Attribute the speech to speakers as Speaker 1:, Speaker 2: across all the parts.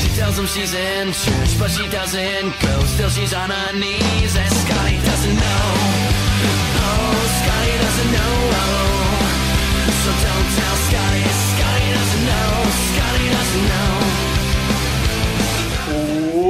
Speaker 1: She tells him she's in church, but she doesn't go. Still, she's on her knees, and Scotty doesn't know. Oh, Scotty doesn't know. So don't tell Scotty. Scotty doesn't know. Scotty doesn't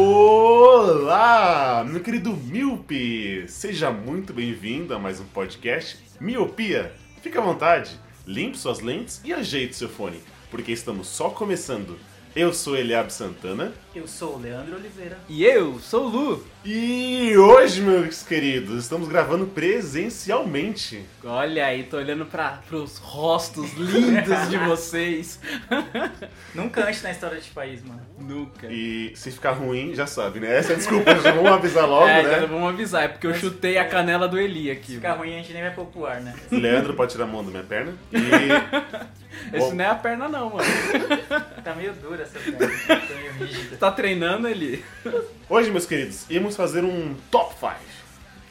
Speaker 1: know.
Speaker 2: Olá, meu querido Miope! Seja muito bem-vindo a mais um podcast Miopia. Fique à vontade, limpe suas lentes e ajeite seu fone, porque estamos só começando. Eu sou Eliab Santana
Speaker 3: Eu sou o Leandro Oliveira.
Speaker 4: E eu sou o Lu.
Speaker 2: e hoje, meus queridos, estamos gravando presencialmente.
Speaker 4: Olha aí, tô olhando para pros rostos lindos de vocês.
Speaker 3: Nunca antes na história desse país, mano.
Speaker 4: Nunca.
Speaker 2: E se ficar ruim, já sabe, né? Essa é a desculpa, já vamos avisar logo,
Speaker 4: é, já
Speaker 2: né?
Speaker 4: vamos avisar, é porque eu chutei a canela do Eli aqui.
Speaker 3: Ficar ruim a gente nem vai popular, né?
Speaker 2: Leandro pode tirar a mão da minha perna. E
Speaker 4: Esse não é a perna não, mano.
Speaker 3: Tá meio dura essa perna, tá meio rígida.
Speaker 4: Tá treinando Eli.
Speaker 2: Hoje, meus queridos, íamos fazer um top 5.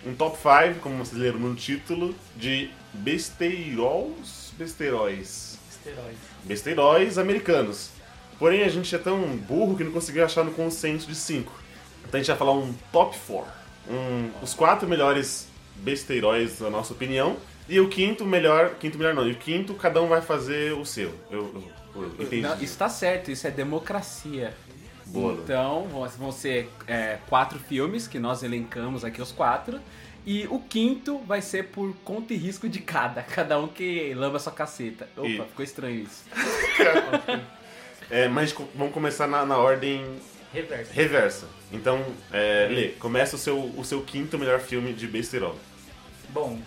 Speaker 2: Um top 5, como vocês leram no título, de besteiros, besteiróis,
Speaker 3: Esteroide.
Speaker 2: besteiróis americanos. Porém, a gente é tão burro que não conseguiu achar no consenso de 5. Então a gente vai falar um top 4. Um, os quatro melhores besteiróis, na nossa opinião. E o quinto melhor, quinto melhor não, e o quinto cada um vai fazer o seu. Eu, eu, eu entendi.
Speaker 4: Não, isso tá certo, isso é democracia.
Speaker 2: Boa, Lu.
Speaker 4: Então, vão- vão ser é, quatro filmes que nós elencamos aqui os quatro. E o quinto vai ser por conta e risco de cada. Cada um que lamba sua caceta. Opa,
Speaker 2: E-
Speaker 4: ficou estranho isso.
Speaker 2: É, mas co- vamos começar na- na ordem
Speaker 3: Reverso.
Speaker 2: Reversa. Então, é, Lê, começa o seu, o seu quinto melhor filme de besterol.
Speaker 3: Bom,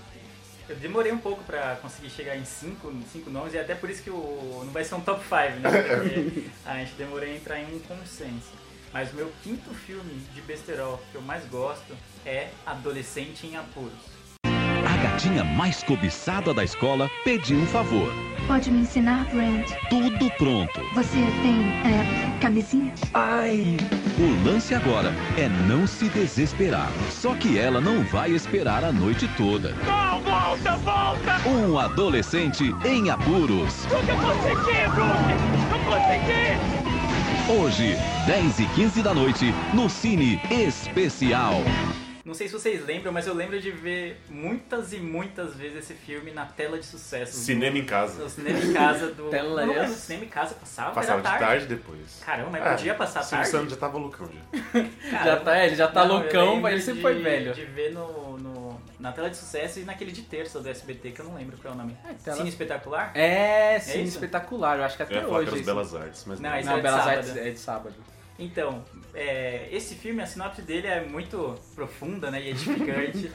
Speaker 3: eu demorei um pouco pra conseguir chegar em cinco, cinco nomes, e é até por isso que o, não vai ser um top 5, né? Porque a gente demorei a entrar em um consenso. Mas o meu quinto filme de besterol que eu mais gosto é Adolescente em Apuros.
Speaker 5: A gatinha mais cobiçada da escola pediu um favor.
Speaker 6: Pode me ensinar, Brent?
Speaker 5: Tudo pronto.
Speaker 6: Você tem, é, camisinha?
Speaker 5: O lance agora é não se desesperar. Só que ela não vai esperar a noite toda. Não, volta, volta! Um adolescente em apuros. Eu consegui, Bruno! Eu consegui! Hoje, 10 e 15 da noite, no Cine Especial.
Speaker 3: Não sei se vocês lembram, mas eu lembro de ver muitas e muitas vezes esse filme na tela de sucesso.
Speaker 2: Cinema em
Speaker 3: No
Speaker 2: casa.
Speaker 3: cinema em casa do.
Speaker 4: Tela é
Speaker 3: Não,
Speaker 4: de-
Speaker 3: mas o cinema em casa passava,
Speaker 2: Passava de
Speaker 3: era tá tarde.
Speaker 2: tarde depois.
Speaker 3: Caramba, mas
Speaker 2: Ah,
Speaker 3: podia passar
Speaker 2: Silvio
Speaker 3: tarde.
Speaker 2: Santos já tava loucão já.
Speaker 4: Já tá, ele já tá
Speaker 3: Não, eu
Speaker 4: loucão,
Speaker 3: lembro
Speaker 4: mas ele sempre
Speaker 3: de-
Speaker 4: foi velho.
Speaker 3: De ver no, no- na tela de sucesso e naquele de terça do SBT, que eu não lembro qual é o nome.
Speaker 4: tela-
Speaker 3: Cine Espetacular?
Speaker 4: É, sim,
Speaker 3: isso?
Speaker 4: espetacular. Eu acho que
Speaker 2: Eu
Speaker 4: até
Speaker 2: ia falar que
Speaker 4: hoje. é
Speaker 2: era os
Speaker 4: isso.
Speaker 2: Belas Artes, mas
Speaker 3: Não,
Speaker 2: não.
Speaker 3: esse
Speaker 4: Não,
Speaker 3: é de
Speaker 4: Belas
Speaker 3: sábado.
Speaker 4: Artes é de sábado.
Speaker 3: Então, é, esse filme, a sinopse dele é muito profunda né, e edificante.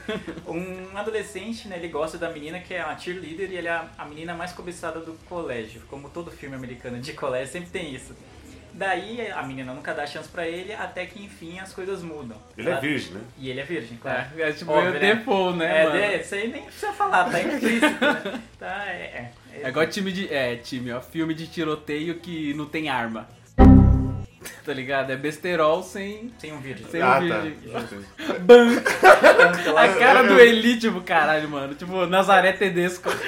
Speaker 3: um adolescente, né, ele gosta da menina que é uma cheerleader e ele é a menina mais cobiçada do colégio. Como todo filme americano de colégio sempre tem isso. Daí a menina nunca dá chance pra ele, até que enfim as coisas mudam.
Speaker 2: Ele é
Speaker 3: Ela-
Speaker 2: virgem, né?
Speaker 3: E ele é virgem, claro.
Speaker 4: É, é tipo
Speaker 3: Óbvio,
Speaker 4: meio
Speaker 3: né?
Speaker 4: default, né,
Speaker 3: É,
Speaker 4: mano?
Speaker 3: é, isso aí nem precisa falar, tá implícito. né? tá, é, é,
Speaker 4: É igual time de. É, time, ó. Filme de tiroteio que não tem arma. tá ligado? É besterol sem.
Speaker 3: Sem um virgem.
Speaker 4: Sem
Speaker 2: ah,
Speaker 4: um
Speaker 2: tá.
Speaker 4: vídeo.
Speaker 2: Entendi.
Speaker 4: A cara do Eli, tipo, caralho, mano. Tipo, Nazaré Tedesco.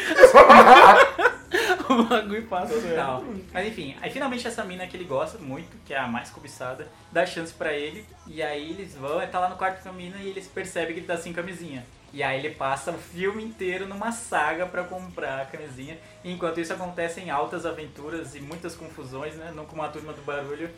Speaker 4: o bagulho passou.
Speaker 3: Total. Mas enfim, aí finalmente essa mina que ele gosta muito, que é a mais cobiçada, dá chance pra ele. E aí eles vão, ele tá lá no quarto com a mina e eles percebem que ele tá sem camisinha. E aí ele passa o filme inteiro numa saga pra comprar a camisinha. E enquanto isso acontecem altas aventuras e muitas confusões, né? Não como a turma do barulho.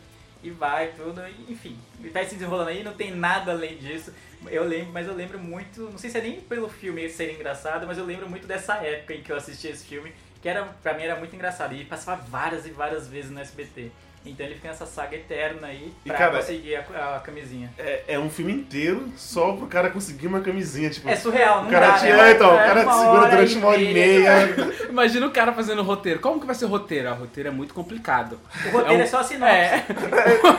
Speaker 3: E vai tudo, e, enfim. E vai se desenrolando aí, não tem nada além disso. Eu lembro, mas eu lembro muito, não sei se é nem pelo filme ser engraçado, mas eu lembro muito dessa época em que eu assisti esse filme que era, pra mim era muito engraçado. E passava várias e várias vezes no SBT. Então ele fica nessa saga eterna aí
Speaker 2: E,
Speaker 3: pra
Speaker 2: cara,
Speaker 3: conseguir a, a camisinha.
Speaker 2: É, é um filme inteiro só pro cara conseguir uma camisinha. Tipo,
Speaker 3: É surreal, não
Speaker 2: o cara
Speaker 3: dá,
Speaker 2: te,
Speaker 3: né?
Speaker 2: é, então, o
Speaker 3: É
Speaker 2: cara te
Speaker 3: uma
Speaker 2: segura
Speaker 3: hora
Speaker 2: durante uma hora e meia.
Speaker 4: Imagina o cara fazendo roteiro. Como que vai ser o roteiro? Ah, O roteiro é muito complicado.
Speaker 3: O roteiro é,
Speaker 4: um-
Speaker 3: só sinopse.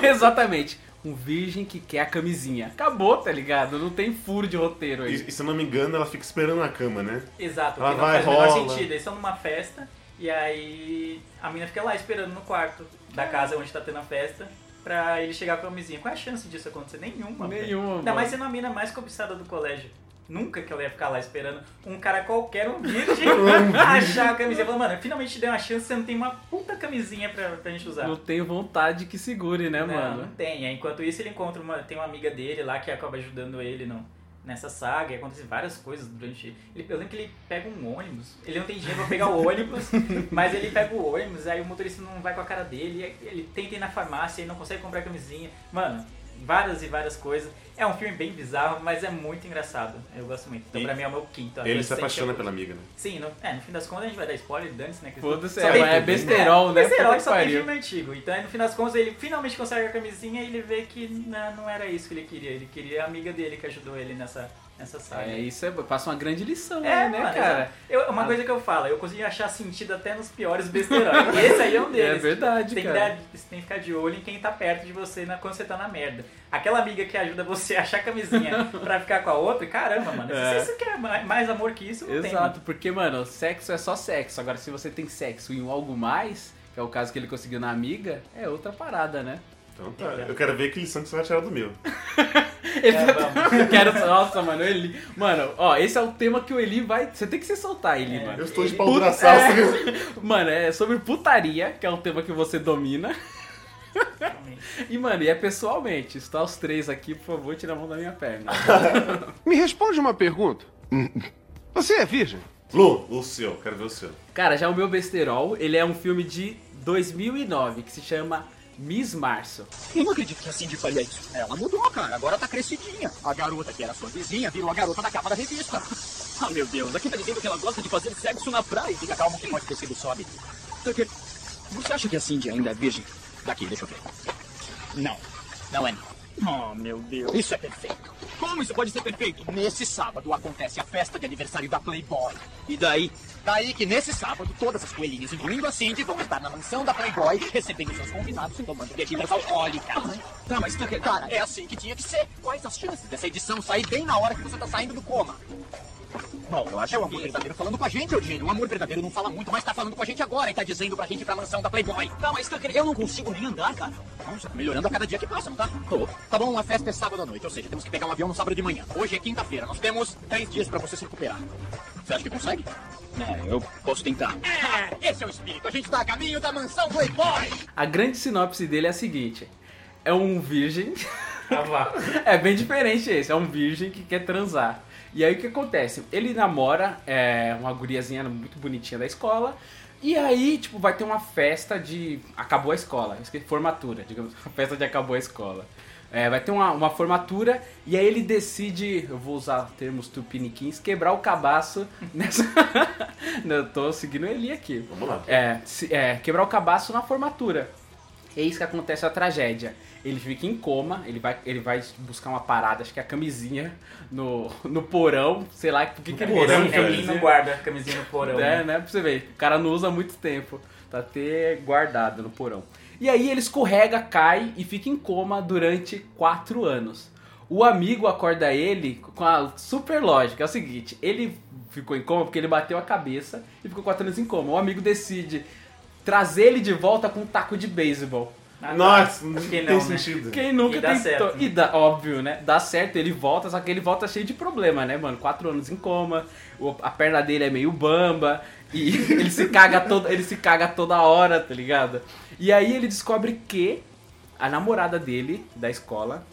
Speaker 4: É, exatamente. um virgem que quer a camisinha. Acabou, tá ligado? Não tem furo de roteiro aí.
Speaker 2: E, e se eu não me engano, ela fica esperando na cama, né?
Speaker 3: Exato,
Speaker 2: Ela
Speaker 3: que não
Speaker 2: vai,
Speaker 3: faz o menor
Speaker 2: rola.
Speaker 3: sentido. Eles estão numa festa e aí a mina fica lá esperando no quarto da casa onde tá tendo a festa pra ele chegar com a camisinha. Qual é a chance disso acontecer? Nenhuma. velho.
Speaker 4: Nenhuma,
Speaker 3: Ainda mais sendo
Speaker 4: mano.
Speaker 3: a mina mais cobiçada do colégio. Nunca que ela ia ficar lá esperando um cara qualquer, um virgem, achar a camisinha. Falando, mano, finalmente te dei uma chance, você não tem uma puta camisinha pra, pra gente usar.
Speaker 4: Não tenho vontade que segure, né,
Speaker 3: não, não
Speaker 4: mano?
Speaker 3: tem. Aí, Enquanto isso, ele encontra uma. Tem uma amiga dele lá que acaba ajudando ele no, nessa saga. E acontecem várias coisas durante. Ele, eu lembro que ele pega um ônibus. Ele não tem dinheiro pra pegar o ônibus, mas ele pega o ônibus, aí o motorista não vai com a cara dele. aí Ele tenta ir na farmácia e não consegue comprar camisinha. Mano, várias e várias coisas. É um filme bem bizarro, mas é muito engraçado. Eu gosto muito. Então,
Speaker 2: E
Speaker 3: pra mim, é o meu quinto.
Speaker 2: Ele se
Speaker 3: adolescente
Speaker 2: apaixona
Speaker 3: é o-
Speaker 2: pela amiga, né?
Speaker 3: Sim, no, é, no fim das contas a gente vai dar spoiler, dane-se, né? que-
Speaker 4: Foda-se,
Speaker 3: só
Speaker 4: é,
Speaker 3: tem-
Speaker 4: mas é besterol, né?
Speaker 3: Besterol
Speaker 4: Puta
Speaker 3: que
Speaker 4: que
Speaker 3: só tem
Speaker 4: pariu.
Speaker 3: filme antigo. Então, aí, no fim das contas, ele finalmente consegue a camisinha e ele vê que né, não, não era isso que ele queria. Ele queria a amiga dele que ajudou ele nessa, nessa saga.
Speaker 4: É, isso é, passa uma grande lição
Speaker 3: É,
Speaker 4: aí, né,
Speaker 3: mano,
Speaker 4: cara?
Speaker 3: exato. Eu- uma coisa que eu falo, eu consegui achar sentido até nos piores besteirões. E esse aí é um deles.
Speaker 4: É verdade,
Speaker 3: tem
Speaker 4: cara.
Speaker 3: Que dar, você tem que ficar de olho em quem tá perto de você na, quando você tá na merda. Aquela amiga que ajuda você a achar a camisinha pra ficar com a outra, caramba, mano.
Speaker 4: É.
Speaker 3: Se você quer ma- mais amor que isso, não tem. mano.
Speaker 4: Exato, porque, mano, sexo é só sexo. Agora, se você tem sexo em algo mais, que é o caso que ele conseguiu na amiga, é outra parada, né?
Speaker 2: Então tá, eu quero ver que lição que você vai tirar do meu.
Speaker 4: Ele
Speaker 3: É,
Speaker 4: tá- Eu quero. Nossa, mano, o Eli. Mano, ó, esse é o tema que o Eli vai. Você tem que se soltar, Eli, mano.
Speaker 2: Eu estou de
Speaker 4: Ele-
Speaker 2: pau dura
Speaker 4: Puta- É. Mano, é sobre putaria, que é um tema que você domina. E, mano, e é pessoalmente. Está os três aqui, por favor, tira a mão da minha perna.
Speaker 7: Me responde uma pergunta. Você é virgem?
Speaker 2: Lu, o seu, quero ver o seu.
Speaker 4: Cara, já é o meu besterol, ele é um filme de 2009 que se chama Miss Março.
Speaker 8: Eu não acredito que é assim a Cindy faria isso. Ela mudou, cara. Agora tá crescidinha. A garota que era sua vizinha virou a garota da capa da revista. Ah, meu Deus. Aqui tá dizendo que ela gosta de fazer sexo na praia. Fica calmo que pode ter sido só amigo. Tucker, Você acha que a Cindy ainda é virgem? Daqui, deixa eu ver. Não. Não é não. Oh, meu Deus. Isso é perfeito. Como isso pode ser perfeito? Nesse sábado acontece a festa de aniversário da Playboy. E daí? Daí que nesse sábado todas as coelhinhas, incluindo a Cindy, vão estar na mansão da Playboy, recebendo seus convidados e tomando bebidas alcoólicas. Tá, mas Tucker, cara, é assim que tinha que ser. Quais as chances dessa edição sair bem na hora que você tá saindo do coma? Bom, eu acho que é o amor verdadeiro falando com a gente, Eugênio. O amor verdadeiro não fala muito, mas tá falando com a gente agora e tá dizendo pra gente ir pra mansão da Playboy. Tá, mas Tucker, eu não consigo nem andar, cara. Nossa, melhorando a cada dia que passa, não tá? Tô. Tá bom, a festa é sábado à noite, ou seja, temos que pegar um avião no sábado de manhã. Hoje é quinta-feira, nós temos três dias pra você se recuperar. Você acha que consegue? É, eu posso tentar. É, esse é o espírito. A gente tá a caminho da mansão Playboy.
Speaker 4: A grande sinopse dele é a seguinte: é um virgem.
Speaker 3: Ah, vá.
Speaker 4: é bem diferente esse, é um virgem que quer transar. E aí o que acontece? Ele namora é, uma guriazinha muito bonitinha da escola. E aí, tipo, vai ter uma festa de. Acabou a escola. esque- Formatura, digamos. A festa de acabou a escola. É, vai ter uma, uma formatura e aí ele decide, eu vou usar termos tupiniquins, quebrar o cabaço nessa. Não, eu tô seguindo ele aqui.
Speaker 2: Vamos lá.
Speaker 4: É, se- é, quebrar o cabaço na formatura. Eis que acontece a tragédia. Ele fica em coma, ele vai, ele vai buscar uma parada, acho que é a camisinha, no, no porão, sei lá, por que que ele
Speaker 2: Porão,
Speaker 4: fez
Speaker 3: É,
Speaker 4: a
Speaker 3: quem não
Speaker 4: camisinha?
Speaker 3: guarda a camisinha no porão.
Speaker 4: É, né? Pra você ver, o cara não usa há muito tempo. Tá até guardado no porão. E aí ele escorrega, cai e fica em coma durante 4 anos. O amigo acorda ele com a super lógica. É o seguinte, ele ficou em coma porque ele bateu a cabeça e ficou 4 anos em coma. O amigo decide trazer ele de volta com um taco de beisebol.
Speaker 3: Ah, tá.
Speaker 2: Nossa, não
Speaker 3: Acho que
Speaker 2: tem
Speaker 3: não, né?
Speaker 2: sentido.
Speaker 4: Quem nunca
Speaker 3: E dá
Speaker 4: tentou-
Speaker 3: certo, né?
Speaker 4: E dá, óbvio, né? Dá certo, ele volta, só que ele volta cheio de problema, né, mano? Quatro anos em coma, o- a perna dele é meio bamba, e ele se caga toda, ele se caga toda hora, tá ligado? E aí ele descobre que a namorada dele, da escola,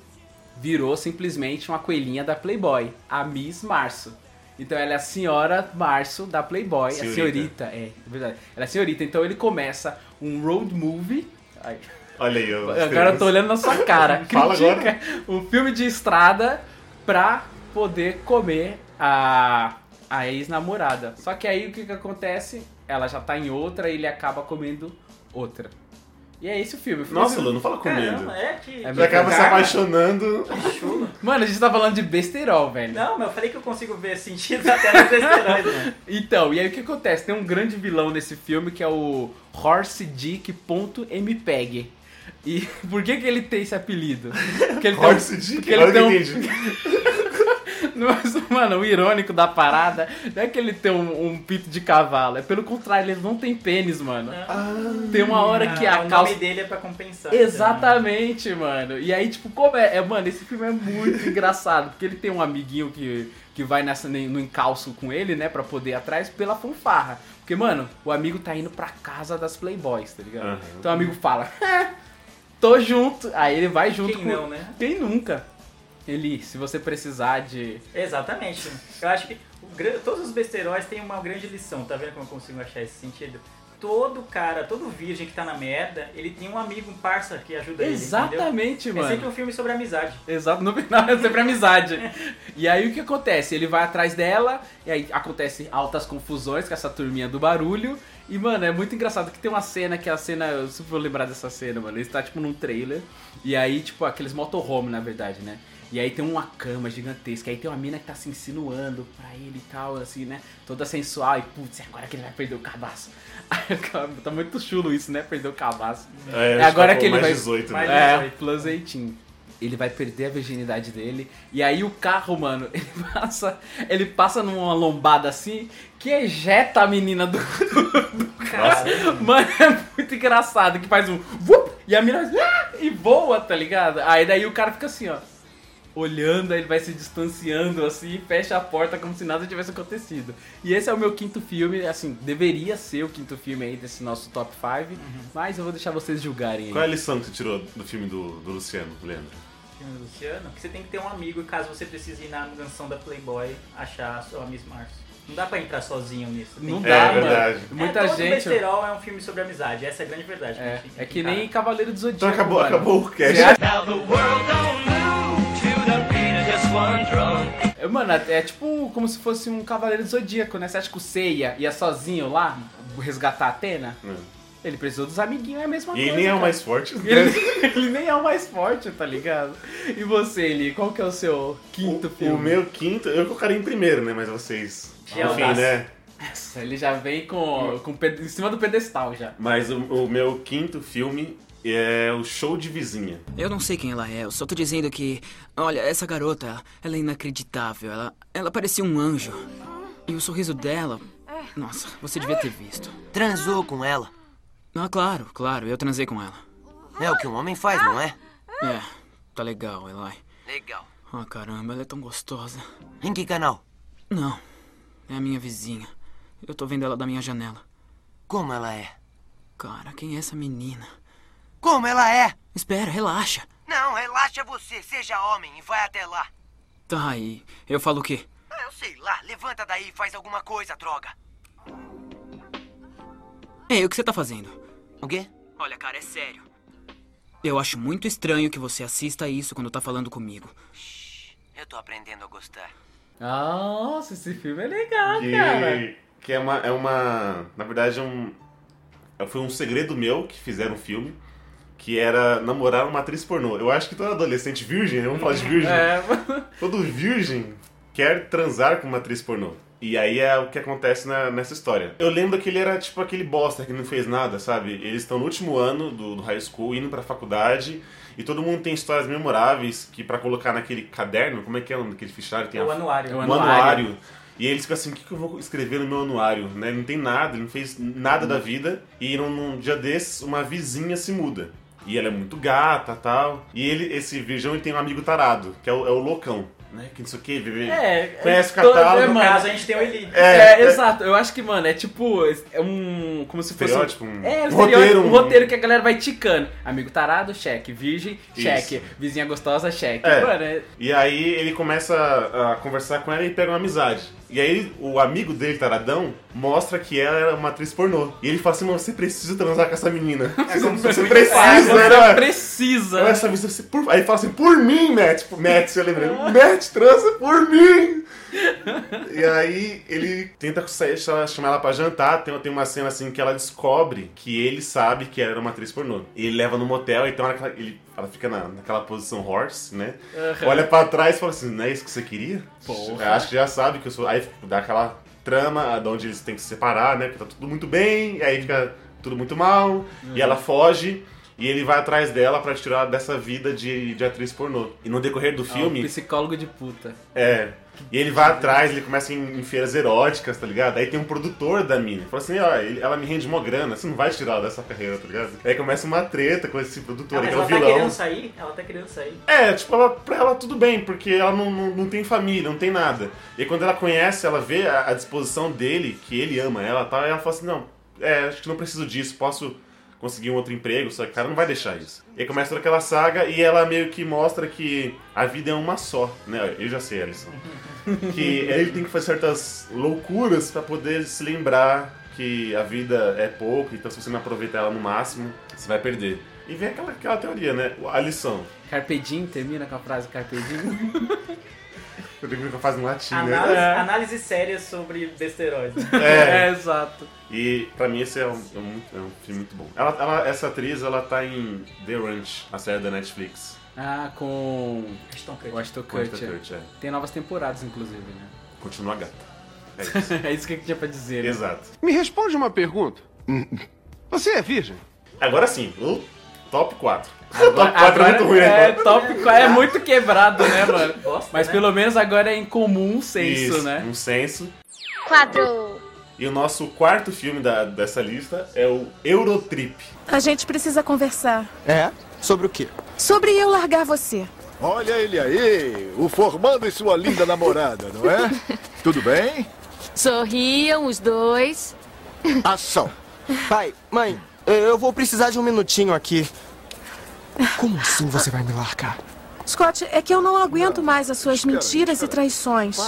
Speaker 4: virou simplesmente uma coelhinha da Playboy, a Miss Março. Então ela é a senhora Março da Playboy, a senhorita,
Speaker 2: Senhorita.
Speaker 4: é, é verdade. Ela é senhorita, então ele começa um road movie. Ai.
Speaker 2: Olha aí, eu.
Speaker 4: Agora eu tô tá olhando na sua cara.
Speaker 2: Fala
Speaker 4: Critica um filme de estrada pra poder comer a, a ex-namorada. Só que aí o que, que acontece? Ela já tá em outra e ele acaba comendo outra. E é esse o filme. O filme
Speaker 2: Nossa, Lu, não fala comendo.
Speaker 3: Caramba, é que.
Speaker 4: É
Speaker 2: Já acaba se
Speaker 4: Cara.
Speaker 2: apaixonando.
Speaker 4: Mano, a gente tá falando de besterol, velho.
Speaker 3: Não, mas eu falei que eu consigo ver sentido até nos besteirões, né?
Speaker 4: Então, e aí o que acontece? Tem um grande vilão nesse filme que é o Horse Dick.mpeg. E por que, que ele tem esse apelido? Porque ele
Speaker 2: Horse Dick,
Speaker 4: porque
Speaker 2: agora
Speaker 4: ele tem
Speaker 2: eu
Speaker 4: um-
Speaker 2: entendi.
Speaker 4: Mas, mano, o irônico da parada não é que ele tem um, um pito de cavalo, é pelo contrário, ele não tem pênis, mano. tem uma hora que
Speaker 3: Ah,
Speaker 4: a
Speaker 3: o
Speaker 4: calça.
Speaker 3: nome dele é pra compensar.
Speaker 4: Exatamente, mano. E aí, tipo, como é, é- Mano, esse filme é muito engraçado. Porque ele tem um amiguinho que, que vai nessa, no encalço com ele, né? Pra poder ir atrás pela fanfarra. Porque, mano, o amigo tá indo pra casa das Playboys, tá ligado?
Speaker 2: Aham.
Speaker 4: Então o amigo fala, "É, tô junto. Aí ele vai junto
Speaker 3: Quem
Speaker 4: com.
Speaker 3: não, né?
Speaker 4: Quem nunca? Ele, se você precisar de.
Speaker 3: Exatamente. Eu acho que o gran- todos os besteiróis têm uma grande lição, tá vendo como eu consigo achar esse sentido? Todo cara, todo virgem que tá na merda, ele tem um amigo, um parça que ajuda ele. entendeu?
Speaker 4: Exatamente,
Speaker 3: É
Speaker 4: mano.
Speaker 3: sempre um filme sobre amizade.
Speaker 4: Exato, no final é sempre amizade. E aí o que acontece? Ele vai atrás dela, e aí acontece altas confusões com essa turminha do barulho. E, mano, é muito engraçado que tem uma cena que é a cena. Eu sempre vou lembrar dessa cena, mano. Ele está tipo num trailer. E aí, tipo, aqueles motorhome, na verdade, né? E aí tem uma cama gigantesca, aí tem uma mina que tá se insinuando pra ele e tal, assim, né? Toda sensual, e putz, é agora que ele vai perder o cabaço. Aí, cara, tá muito chulo isso, né? Perder o cabaço.
Speaker 2: É, acho
Speaker 4: agora
Speaker 2: pô,
Speaker 4: que ele
Speaker 2: mais
Speaker 4: vai-
Speaker 2: 18, né?
Speaker 3: Mais
Speaker 4: É,
Speaker 3: 18.
Speaker 4: plus 18. Ele vai perder a virginidade dele. E aí o carro, mano, ele passa. Ele passa numa lombada assim que ejeta a menina do, do, do carro. Mano, é muito engraçado. Que faz um. vup, e a menina faz, "Ah!" e voa, tá ligado? Aí daí o cara fica assim, ó. Olhando, aí ele vai se distanciando assim, e fecha a porta como se nada tivesse acontecido. E esse é o meu quinto filme, assim, deveria ser o quinto filme aí desse nosso top 5, mas eu vou deixar vocês julgarem aí.
Speaker 2: Uhum. Qual é a lição que você tirou do filme do, do Luciano, Leandro?
Speaker 3: Filme do Luciano, que você tem que ter um amigo caso você precise ir na mansão da Playboy achar a sua Miss Marcy. Não dá pra entrar sozinho nisso. tem
Speaker 4: Não
Speaker 3: que- um
Speaker 4: dá,
Speaker 2: É,
Speaker 4: mano.
Speaker 2: verdade.
Speaker 4: Muita
Speaker 3: é, todo
Speaker 4: gente.
Speaker 3: Besterol é um filme sobre amizade, essa é a grande verdade.
Speaker 4: É,
Speaker 3: gente.
Speaker 4: é que nem Cavaleiro do Zodíaco.
Speaker 2: Então acabou,
Speaker 4: mano.
Speaker 2: acabou o
Speaker 4: Você
Speaker 2: cast.
Speaker 4: acha-
Speaker 1: Now the world don't move to the beat of just one drum.
Speaker 4: É, Mano, é é tipo como se fosse um Cavaleiro do Zodíaco, né? Você acha que o Seiya ia sozinho lá resgatar a Atena? Ele precisou dos amiguinhos, é a mesma
Speaker 2: E
Speaker 4: coisa.
Speaker 2: ele nem é o
Speaker 4: cara.
Speaker 2: mais forte.
Speaker 4: Ele, ele nem é o mais forte, tá ligado? E você, Eli, qual que é o seu quinto
Speaker 2: O,
Speaker 4: filme?
Speaker 2: o meu quinto, eu colocaria em primeiro, né? Mas vocês.
Speaker 3: Que
Speaker 2: Enfim,
Speaker 3: audácia.
Speaker 2: né?
Speaker 4: Nossa, ele já vem com, com ped- em cima do pedestal já.
Speaker 2: Mas o, o meu quinto filme é o Show de Vizinha.
Speaker 9: Eu não sei quem ela é, eu só tô dizendo que. Olha, essa garota, ela é inacreditável. Ela, ela parecia um anjo. E o sorriso dela. Nossa, você devia ter visto.
Speaker 10: Transou com ela.
Speaker 9: Ah, claro, claro, eu transei com ela.
Speaker 10: É o que um homem faz, não é?
Speaker 9: É, tá legal, Eli.
Speaker 10: Legal.
Speaker 9: Ah, caramba, ela é tão gostosa.
Speaker 10: Em que canal?
Speaker 9: Não, é a minha vizinha. Eu tô vendo ela da minha janela.
Speaker 10: Como ela é?
Speaker 9: Cara, quem é essa menina?
Speaker 10: Como ela é?
Speaker 9: Espera, relaxa.
Speaker 10: Não, relaxa você, seja homem e vai até lá.
Speaker 9: Tá, e eu falo o quê?
Speaker 10: Ah, eu sei lá, levanta daí e faz alguma coisa, droga.
Speaker 9: Ei, o que você tá fazendo?
Speaker 10: O quê?
Speaker 9: Olha, cara, é sério. Eu acho muito estranho que você assista isso quando tá falando comigo.
Speaker 10: Eu tô aprendendo a gostar.
Speaker 4: Nossa, esse filme é legal, cara.
Speaker 2: Que, que é, uma, é uma. Na verdade, é um. é- Foi um segredo meu que fizeram um filme. Que era namorar uma atriz pornô. Eu acho que todo adolescente virgem, né? vamos falar de virgem.
Speaker 4: É, mano.
Speaker 2: Todo virgem quer transar com uma atriz pornô. E aí é o que acontece na- nessa história. Eu lembro que ele era tipo aquele bosta que não fez nada, sabe? Eles estão no último ano do, do high school, indo pra faculdade, e todo mundo tem histórias memoráveis que pra colocar naquele caderno, como é que é o nome daquele fichário? que Tem
Speaker 3: O
Speaker 2: a-
Speaker 3: anuário.
Speaker 4: É O
Speaker 2: um
Speaker 4: anuário.
Speaker 2: anuário. E eles ficam assim, o que, que eu vou escrever no meu anuário? Né? Ele não tem nada, ele não fez nada da vida. E num, num dia desses, uma vizinha se muda. E ela é muito gata tal. E ele, esse virgão, ele tem um amigo tarado, que é o, é o loucão. Né? Que não sei o que, vive.
Speaker 4: É,
Speaker 2: conhece o
Speaker 4: todo-
Speaker 2: catálogo.
Speaker 4: é,
Speaker 3: No
Speaker 4: mano.
Speaker 3: caso, a gente tem o Eli.
Speaker 4: É,
Speaker 2: É, é.
Speaker 4: exato. Eu acho que, mano, é tipo. É um. Como se fosse.
Speaker 2: Estereótipo, um
Speaker 4: é, um
Speaker 2: roteiro,
Speaker 4: roteiro. Um
Speaker 2: um-
Speaker 4: roteiro que a galera vai ticando. Amigo tarado, cheque. Virgem, cheque.
Speaker 2: Isso.
Speaker 4: Vizinha gostosa, cheque.
Speaker 2: É.
Speaker 4: Mano, é.
Speaker 2: E aí ele começa a, a conversar com ela e pega uma amizade. E aí o amigo dele, Taradão, mostra que ela era uma atriz pornô. E ele fala assim, mano, você precisa transar com essa menina.
Speaker 3: como se
Speaker 2: você
Speaker 3: fosse um
Speaker 2: precisa,
Speaker 4: Você
Speaker 2: né?
Speaker 4: precisa.
Speaker 2: Olha essa vista, você, por... aí fala assim, por mim, Matt, tipo, Matt, eu lembrei, Matt, transa por mim! e aí ele tenta sair- cha- chamar ela pra jantar, tem, tem uma cena assim que ela descobre que ele sabe que ela era uma atriz pornô. E ele leva no motel, então ela, ele- ela fica na- naquela posição horse, né? Olha pra trás e fala assim, não é isso que você queria?
Speaker 4: Porra.
Speaker 2: Acho que já sabe que eu sou... Aí tipo, dá aquela trama ah, de onde eles têm que se separar, né? Porque tá tudo muito bem, e aí fica tudo muito mal, e ela foge... E ele vai atrás dela pra tirar dessa vida de, de atriz pornô. E no decorrer do filme.
Speaker 4: um psicólogo de puta.
Speaker 2: É. E ele vai atrás, ele começa em, em feiras eróticas, tá ligado? Aí tem um produtor da mina. Fala assim, ó, ele- ela me rende mó grana, você não vai tirar ela dessa carreira, tá ligado? Aí começa uma treta com esse produtor,
Speaker 3: Ah,
Speaker 2: que
Speaker 3: mas
Speaker 2: é o
Speaker 3: ela tá
Speaker 2: vilão.
Speaker 3: querendo sair? Ela tá querendo sair.
Speaker 2: É, tipo, ela, pra ela tudo bem, porque ela não, não, não tem família, não tem nada. E aí, quando ela conhece, ela vê a, a disposição dele, que ele ama ela e tal, e ela fala assim, não, é, acho que não preciso disso, posso conseguir um outro emprego, só que o cara não vai deixar isso. E aí começa toda aquela saga e ela meio que mostra que a vida é uma só, né? Eu já sei, Alisson. Que ele tem que fazer certas loucuras pra poder se lembrar que a vida é pouco, então se você não aproveitar ela no máximo, você vai perder. E vem aquela, aquela teoria, né? A lição.
Speaker 4: Carpe diem, termina com a frase Carpe diem.
Speaker 2: Eu tenho que fazer um latim,
Speaker 3: Análise,
Speaker 2: né?
Speaker 3: análise séria sobre besteróis.
Speaker 2: É.
Speaker 4: exato.
Speaker 2: E pra mim esse é um, é um- é um filme muito bom. Ela, ela- essa atriz, ela tá em The Ranch, a série da Netflix.
Speaker 4: Ah, com.
Speaker 3: Ashton Kutcher.
Speaker 4: O Ashton
Speaker 2: Com Ashton
Speaker 4: Kutcher.
Speaker 2: Kutcher, é.
Speaker 4: Tem novas temporadas, inclusive, né?
Speaker 2: Continua gata. É isso.
Speaker 4: é isso que eu tinha pra dizer. né?
Speaker 2: Exato.
Speaker 7: Me responde uma pergunta. Você é virgem?
Speaker 2: Agora sim, o top 4.
Speaker 4: Agora-
Speaker 2: top 4 é muito ruim
Speaker 4: é,
Speaker 2: agora.
Speaker 4: top 4 é muito quebrado, né, mano?
Speaker 3: Bosta,
Speaker 4: Mas
Speaker 3: né?
Speaker 4: pelo menos agora é em comum senso,
Speaker 2: Isso,
Speaker 4: né?
Speaker 2: Um senso.
Speaker 11: Quadro.
Speaker 2: E o nosso quarto filme da- dessa lista é o Eurotrip.
Speaker 12: A gente precisa conversar.
Speaker 13: É? Sobre o quê?
Speaker 12: Sobre eu largar você.
Speaker 13: Olha ele aí, o formando e sua linda namorada, não é? Tudo bem?
Speaker 14: Sorriam os dois.
Speaker 13: Ação. Pai, mãe, eu vou precisar de um minutinho aqui. Como assim você vai me largar?
Speaker 12: Scott, é que eu não aguento mais as suas mentiras e traições.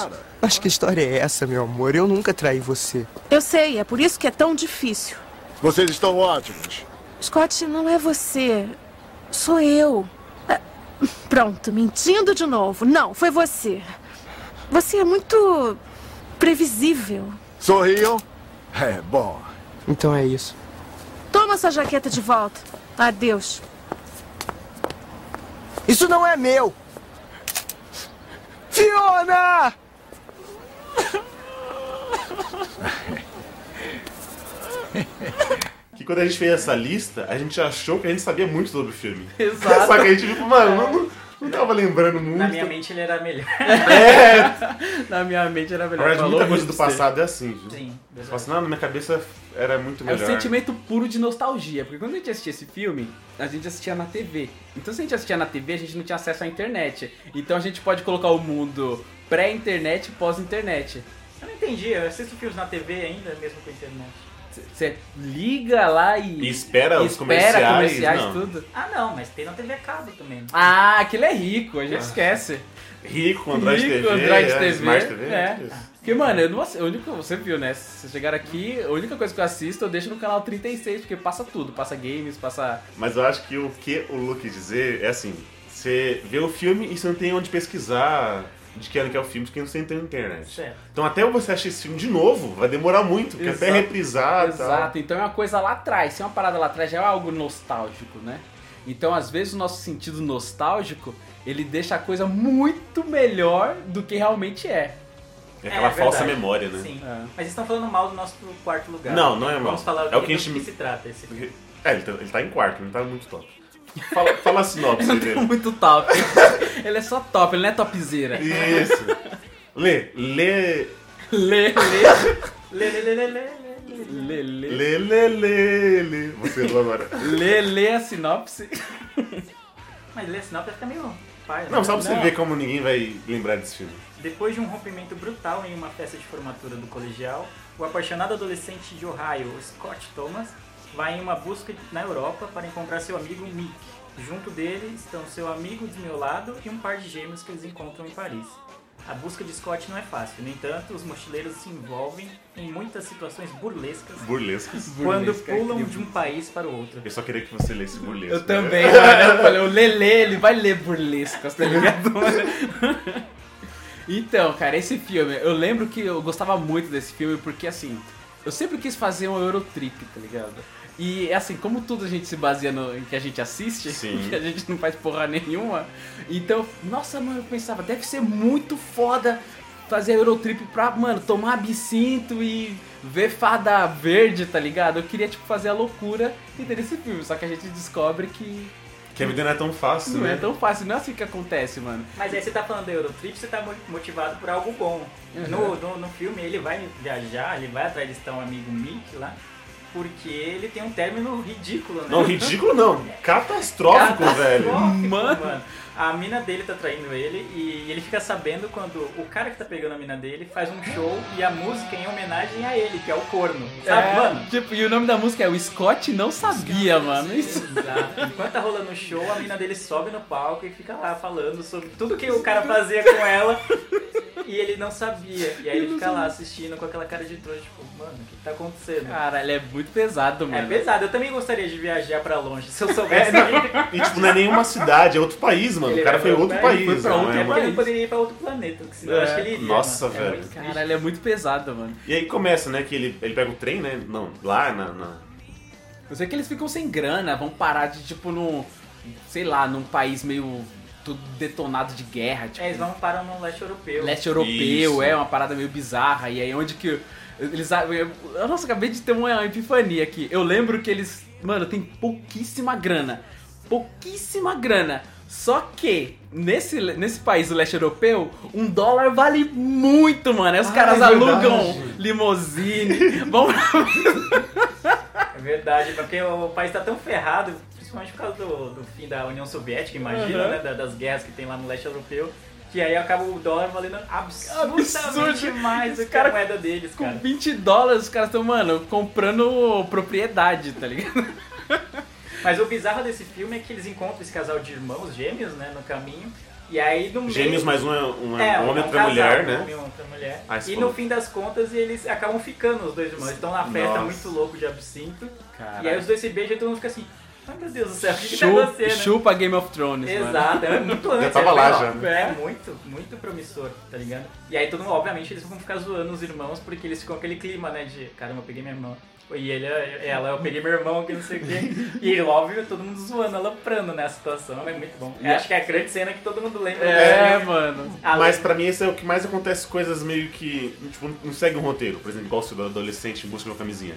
Speaker 13: Mas que história é essa, meu amor? Eu nunca traí você.
Speaker 12: Eu sei, é por isso que é tão difícil.
Speaker 13: Vocês estão ótimos.
Speaker 12: Scott, não é você. Sou eu. Ah, Pronto, mentindo de novo. Não, foi você. Você é muito previsível.
Speaker 13: Sorriam? É, bom. Então é isso.
Speaker 12: Toma sua jaqueta de volta. Adeus.
Speaker 13: Isso não é meu! Fiona!
Speaker 2: Que quando a gente fez essa lista, a gente achou que a gente sabia muito sobre o filme.
Speaker 3: Exato.
Speaker 2: Só que a gente, tipo, mano, não, não- não tava lembrando muito.
Speaker 3: Na minha mente ele era melhor.
Speaker 4: Na minha mente era
Speaker 2: Na
Speaker 4: melhor.
Speaker 2: verdade,
Speaker 4: Falou
Speaker 2: muita coisa do
Speaker 4: hipster.
Speaker 2: passado é assim, viu?
Speaker 3: Sim,
Speaker 2: Você fala assim, não, na minha cabeça era muito
Speaker 4: É o
Speaker 2: melhor.
Speaker 4: sentimento puro de nostalgia, porque quando a gente assistia esse filme, a gente assistia na TV. Então se a gente assistia na TV, a gente não tinha acesso à internet. Então a gente pode colocar o mundo pré-internet e pós-internet.
Speaker 3: Eu não entendi, eu assisto filmes na TV ainda, mesmo com a internet.
Speaker 4: Você liga lá e.
Speaker 2: E espera os
Speaker 4: espera
Speaker 2: comerciais, não.
Speaker 4: tudo.
Speaker 3: Ah não, mas tem na TV a cabo também.
Speaker 4: Ah, aquilo é rico, a gente esquece.
Speaker 2: Rico, Android
Speaker 4: Rico,
Speaker 2: TV,
Speaker 4: Android
Speaker 2: é,
Speaker 4: TV,
Speaker 2: Smart TV,
Speaker 4: é.
Speaker 2: é isso.
Speaker 4: Porque, mano, eu não assisto, único, você viu, né? Vocês chegaram aqui, a única coisa que eu assisto eu deixo no canal 36, porque passa tudo, passa games, passa.
Speaker 2: Mas eu acho que o que o Luke dizer é assim, você vê o filme e você não tem onde pesquisar de que ano que é o filme, porque você não tem internet.
Speaker 4: Certo.
Speaker 2: Então até você achar esse filme de novo, vai demorar muito, porque é até
Speaker 4: Exato.
Speaker 2: reprisar e tal.
Speaker 4: Exato, então é uma coisa lá atrás, se é uma parada lá atrás já é algo nostálgico, né? Então, às vezes, o nosso sentido nostálgico, ele deixa a coisa muito melhor do que realmente é.
Speaker 2: É aquela
Speaker 3: É
Speaker 2: falsa
Speaker 3: verdade.
Speaker 2: memória, né?
Speaker 3: Sim. Mas vocês estão falando mal do nosso quarto lugar.
Speaker 2: Não, não é mal.
Speaker 3: Vamos falar
Speaker 2: É
Speaker 3: do
Speaker 2: o que
Speaker 3: que,
Speaker 2: a
Speaker 3: do
Speaker 2: gente-
Speaker 3: que se trata esse filme.
Speaker 2: É, ele tá, ele tá em quarto, não tá muito top. Fala, fala a sinopse dele.
Speaker 4: Muito top. ele é só top, ele não é topzera.
Speaker 2: Isso. Lê, lê.
Speaker 4: Lê,
Speaker 3: Lê, lê, lê, lê, lê.
Speaker 4: lê. Lê, lê.
Speaker 2: Lê, lê, lê, lê. Você lê agora.
Speaker 4: Lê, lê a sinopse.
Speaker 3: Mas lê a sinopse fica meio pai.
Speaker 2: Não, só pra você ver como ninguém vai lembrar desse filme.
Speaker 3: Depois de um rompimento brutal em uma festa de formatura do colegial, o apaixonado adolescente de Ohio, Scott Thomas, vai em uma busca na Europa para encontrar seu amigo Mick. Junto dele estão seu amigo desmiolado e um par de gêmeos que eles encontram em Paris. A busca de Scott não é fácil, no entanto, os mochileiros se envolvem em muitas situações burlescas
Speaker 2: Burlescos.
Speaker 3: quando
Speaker 2: Burlesca,
Speaker 3: pulam
Speaker 2: incrível.
Speaker 3: de um país para o outro.
Speaker 2: Eu só queria que você lesse burlesco. né?
Speaker 4: Eu também, mano. Eu falei, o Lelê, ele vai ler burlescas, tá ligado? mano? Então, cara, esse filme, eu lembro que eu gostava muito desse filme porque, assim, eu sempre quis fazer um Eurotrip, tá ligado? E, assim, como tudo a gente se baseia no, em que a gente assiste,
Speaker 2: Sim.
Speaker 4: que a gente não faz porra nenhuma, então, nossa, mano, eu pensava, deve ser muito foda fazer Eurotrip pra, mano, tomar absinto e ver fada verde, tá ligado? Eu queria, tipo, fazer a loucura e ter esse filme, só que a gente descobre que
Speaker 2: Que a vida não é tão fácil,
Speaker 4: não
Speaker 2: né?
Speaker 4: é tão fácil, não é assim que acontece, mano.
Speaker 3: Mas aí você tá falando da Eurotrip, você tá mo- motivado por algo bom.
Speaker 4: Uhum.
Speaker 3: No, no, no filme ele vai viajar, ele vai atrás desse tal amigo Mick lá, porque ele tem um término ridículo, né?
Speaker 2: Não, ridículo não. Catastrófico, velho.
Speaker 3: Catastrófico, mano. A mina dele tá traindo ele e ele fica sabendo quando o cara que tá pegando a mina dele faz um show e a música é em homenagem a ele, que é o corno. Sabe,
Speaker 4: É,
Speaker 3: mano?
Speaker 4: Tipo, e o nome da música é O Scott Não Sabia, mano. Isso.
Speaker 3: Exato. Enquanto tá rolando o show, a mina dele sobe no palco e fica lá falando sobre tudo que o cara fazia com ela. E ele não sabia. E aí ele fica lá assistindo com aquela cara de trouxa, tipo, mano, o que tá acontecendo?
Speaker 4: Caralho, é muito pesado,
Speaker 3: É
Speaker 4: mano.
Speaker 3: pesado, eu também gostaria de viajar pra longe, se eu soubesse. que-
Speaker 2: E tipo, não é nenhuma cidade, é outro país, mano.
Speaker 3: Ele
Speaker 2: o cara
Speaker 3: vai
Speaker 2: foi
Speaker 3: pra
Speaker 2: outro
Speaker 3: outro
Speaker 2: país.
Speaker 3: país, foi pra
Speaker 2: não
Speaker 3: outro
Speaker 2: é,
Speaker 3: país.
Speaker 2: mano?
Speaker 3: Ele poderia ir pra outro planeta, porque senão eu acho que ele iria.
Speaker 2: Nossa,
Speaker 3: mano. É
Speaker 2: velho.
Speaker 3: muito triste.
Speaker 4: Caralho, é muito pesado, mano.
Speaker 2: E aí começa, né, que ele, ele pega o trem, né? Não, lá na... na-
Speaker 4: Eu sei que eles ficam sem grana, vão parar de, tipo, num. Sei lá, num país meio. Tudo detonado de guerra, tipo.
Speaker 3: É, eles vão parar no leste europeu.
Speaker 4: leste europeu, é uma parada meio bizarra. E aí onde que eles eu, nossa, acabei de ter uma epifania aqui. Eu lembro que eles, mano, tem pouquíssima grana. Pouquíssima grana. Só que nesse, nesse país do leste europeu, um dólar vale muito, mano. Aí os
Speaker 3: Ah,
Speaker 4: caras
Speaker 3: é
Speaker 4: alugam
Speaker 3: verdade.
Speaker 4: limousine, vão pra
Speaker 3: É verdade, porque o país tá tão ferrado, principalmente por causa do, do fim da União Soviética, imagina,
Speaker 4: Uhum.
Speaker 3: né? da- das guerras que tem lá no leste europeu, que aí acaba o dólar valendo absurdamente
Speaker 4: Absurdo.
Speaker 3: mais do
Speaker 4: Os
Speaker 3: que
Speaker 4: cara
Speaker 3: a moeda deles, cara.
Speaker 4: 20 dólares. Os caras estão, mano, comprando propriedade, tá ligado?
Speaker 3: Mas o bizarro desse filme é que eles encontram esse casal de irmãos gêmeos, né, no caminho, e aí no meio...
Speaker 2: Gêmeos mais um é um, é
Speaker 3: É,
Speaker 2: um homem e outra
Speaker 3: casal,
Speaker 2: mulher,
Speaker 3: Um homem e
Speaker 2: né?
Speaker 3: outra mulher.
Speaker 2: Ah, isso
Speaker 3: e
Speaker 2: falou.
Speaker 3: no fim das contas eles acabam ficando, os dois irmãos. Eles estão na festa
Speaker 2: Nossa.
Speaker 3: muito louco de absinto.
Speaker 4: Caralho.
Speaker 3: E aí os dois se beijam e todo mundo fica assim, ai meu Deus do céu, o que, que tá
Speaker 4: Chupa,
Speaker 3: acontecendo?
Speaker 4: chupa Game of Thrones, mano.
Speaker 3: Exato, é muito antes.
Speaker 2: né? Já tava
Speaker 3: é,
Speaker 2: lá
Speaker 3: bem
Speaker 2: já, né?
Speaker 3: óbvio, É muito, muito promissor, tá ligado? E aí todo mundo, obviamente, eles vão ficar zoando os irmãos, porque eles ficam com aquele clima, né? De caramba, eu peguei minha irmã. E ele, é, ela, eu peguei meu irmão, que não sei o quê. E óbvio, todo mundo zoando, aloprando, né? A situação é muito bom. Eu acho que é a grande cena que todo mundo lembra. né? Ah,
Speaker 4: É, mano.
Speaker 2: Mas pra mim esse é o que mais acontece coisas meio que. Tipo, não segue um roteiro. Por exemplo, igual o do adolescente em busca de uma camisinha.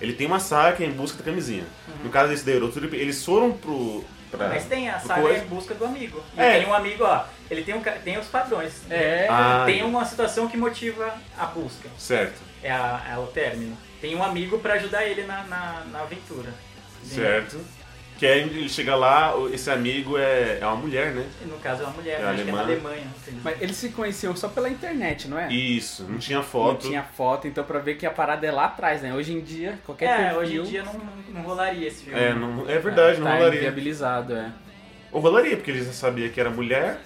Speaker 2: Ele tem uma saga em busca da camisinha. No caso desse da Eurotrip, eles foram pro. Pra,
Speaker 3: Mas tem a
Speaker 2: pro
Speaker 3: saga
Speaker 2: coisa.
Speaker 3: em busca do amigo. E
Speaker 2: É.
Speaker 3: tem um amigo, ó, ele tem, um, ca- tem os padrões.
Speaker 4: É.
Speaker 2: Ah,
Speaker 3: tem
Speaker 2: é.
Speaker 3: uma situação que motiva a busca.
Speaker 2: Certo.
Speaker 3: É, a, é o término. Tem um amigo pra ajudar ele na, na, na aventura.
Speaker 2: Certo. Que aí ele chega lá, o- esse amigo é, é uma mulher, né?
Speaker 3: E No caso é uma mulher,
Speaker 2: É
Speaker 3: eu acho que é na
Speaker 2: alemã.
Speaker 3: Alemanha. infelizmente.
Speaker 4: Mas eles se conheciam só pela internet, não é?
Speaker 2: Isso, não tinha
Speaker 4: Não
Speaker 2: foto.
Speaker 4: tinha foto, então pra ver que a parada é lá atrás, né? Hoje em dia, qualquer
Speaker 3: É,
Speaker 4: perfil...
Speaker 3: hoje em dia não, não rolaria esse filme.
Speaker 2: É, não, é verdade, não
Speaker 4: tá
Speaker 2: rolaria.
Speaker 4: inviabilizado, é.
Speaker 2: Ou rolaria, porque ele já sabia que era mulher.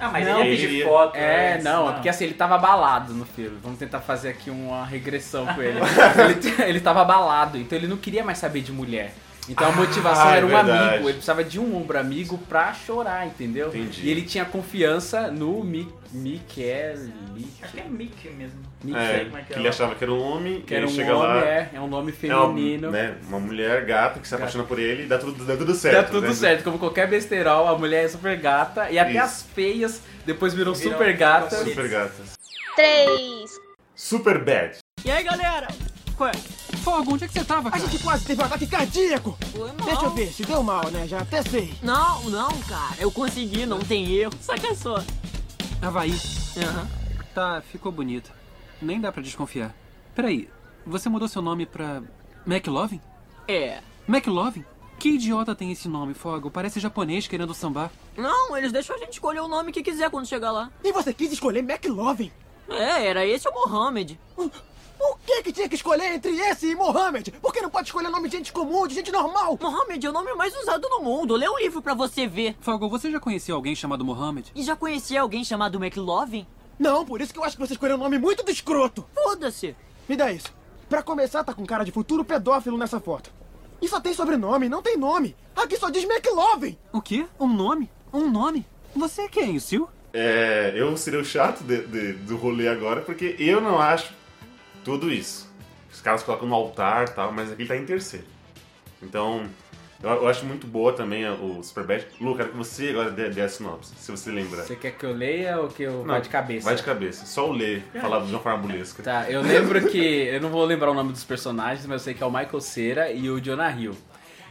Speaker 3: Ah, mas
Speaker 4: Não,
Speaker 3: ele ia pedir
Speaker 2: ele-
Speaker 3: foto.
Speaker 4: É,
Speaker 3: antes,
Speaker 4: não, é porque assim, ele tava abalado no filme. Vamos tentar fazer aqui uma regressão com ele. ele. Ele tava abalado, então ele não queria mais saber de mulher. Então a motivação
Speaker 2: Ah, é
Speaker 4: era um
Speaker 2: verdade.
Speaker 4: amigo, ele precisava de um ombro amigo pra chorar, entendeu?
Speaker 2: Entendi.
Speaker 4: E ele tinha confiança no Mi Michele.
Speaker 3: Acho que é Mickey mesmo.
Speaker 2: É,
Speaker 3: como é que
Speaker 2: que
Speaker 3: é
Speaker 2: ele
Speaker 3: lá.
Speaker 2: achava que era um homem,
Speaker 4: Que
Speaker 2: e
Speaker 4: era
Speaker 2: ele
Speaker 4: um
Speaker 2: chega
Speaker 4: homem,
Speaker 2: lá.
Speaker 4: é, é um nome
Speaker 2: É uma,
Speaker 4: feminino.
Speaker 2: né, uma mulher gata que se
Speaker 4: Gata.
Speaker 2: apaixona por ele e dá tudo, dá tudo certo.
Speaker 4: Dá tudo
Speaker 2: né?
Speaker 4: certo, como qualquer besterol, a mulher é super gata e até
Speaker 2: Isso.
Speaker 4: as feias depois viram,
Speaker 3: Viram-
Speaker 4: super gatas.
Speaker 3: viram
Speaker 2: Super gata.
Speaker 15: Três.
Speaker 2: Super bad.
Speaker 9: E aí, galera? Ué,
Speaker 8: Fogo, onde é que você tava,
Speaker 9: cara?
Speaker 8: A gente quase teve um ataque cardíaco. Deixa eu ver, se deu mal, né? Já até sei.
Speaker 11: Não, não, cara. Eu consegui, não tem erro. Saca só.
Speaker 8: Havaí. Tá, ficou bonito. Nem dá pra desconfiar. Peraí, você mudou seu nome pra McLovin?
Speaker 11: É.
Speaker 8: McLovin? Que idiota tem esse nome, Fogo? Parece japonês querendo sambar.
Speaker 11: Não, eles deixam a gente escolher o nome que quiser quando chegar lá.
Speaker 8: E você quis escolher McLovin?
Speaker 11: É, era esse o Mohamed.
Speaker 8: O que que tinha que escolher entre esse e Mohamed? Por que não pode escolher nome de gente comum, de gente normal?
Speaker 11: Mohamed é o nome mais usado no mundo. Lê um livro pra você ver.
Speaker 8: Fogo, você já conheceu alguém chamado Mohamed?
Speaker 11: E já conhecia alguém chamado McLovin?
Speaker 8: Não, por isso que eu acho que você escolheu um nome muito do escroto.
Speaker 11: Foda-se.
Speaker 8: Me dá isso. Pra começar, tá com cara de futuro pedófilo nessa foto. E só tem sobrenome, não tem nome. Aqui só diz McLovin. O quê? Um nome? Um nome? Você é quem, o Sil?
Speaker 2: É, eu seria o chato de- de- do rolê agora, porque eu não acho tudo isso. Os caras colocam no altar e tal, mas aqui ele tá em terceiro. Então, Eu, eu acho muito boa também a- o Superbad. Lu, quero que você agora dê, dê a sinopse, se você lembra.
Speaker 4: Você quer que eu leia ou que eu
Speaker 2: Não,
Speaker 4: vá de cabeça? É.
Speaker 2: Vai de cabeça. Só o ler, falado de uma forma burlesca.
Speaker 4: Tá, eu lembro que. Eu não vou lembrar o nome dos personagens, mas eu sei que é o Michael Cera e o Jonah Hill.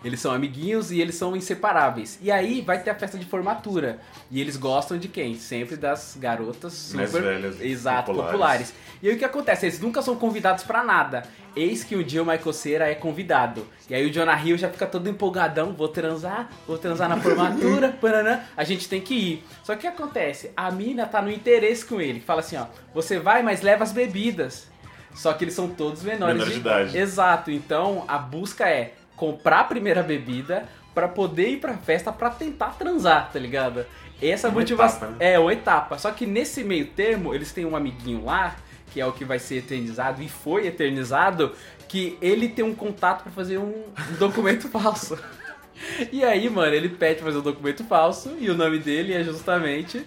Speaker 4: Eles são amiguinhos e eles são inseparáveis. E aí vai ter a festa de formatura. E eles gostam de quem? Sempre das garotas super.
Speaker 2: Mais velhas,
Speaker 4: exato,
Speaker 2: populares.
Speaker 4: populares. E aí o que acontece? Eles nunca são convidados pra nada. Eis que um dia o Michael Cera é convidado. E aí o Jonah Hill já fica todo empolgadão, vou transar, vou transar na formatura, paranã, a gente tem que ir. Só que o que acontece? A mina tá no interesse com ele, que fala assim, ó, você vai, mas leva as bebidas. Só que eles são todos menores
Speaker 2: Menores de idade.
Speaker 4: Exato. Então a busca é comprar a primeira bebida pra poder ir pra festa pra tentar transar, tá ligado? Essa
Speaker 2: Uma etapa,
Speaker 4: motivação
Speaker 2: né?
Speaker 4: é uma etapa. Só que nesse meio termo, eles têm um amiguinho lá, que é o que vai ser eternizado e foi eternizado, que ele tem um contato pra fazer um documento falso. E aí, mano, ele pede pra fazer um documento falso e o nome dele é justamente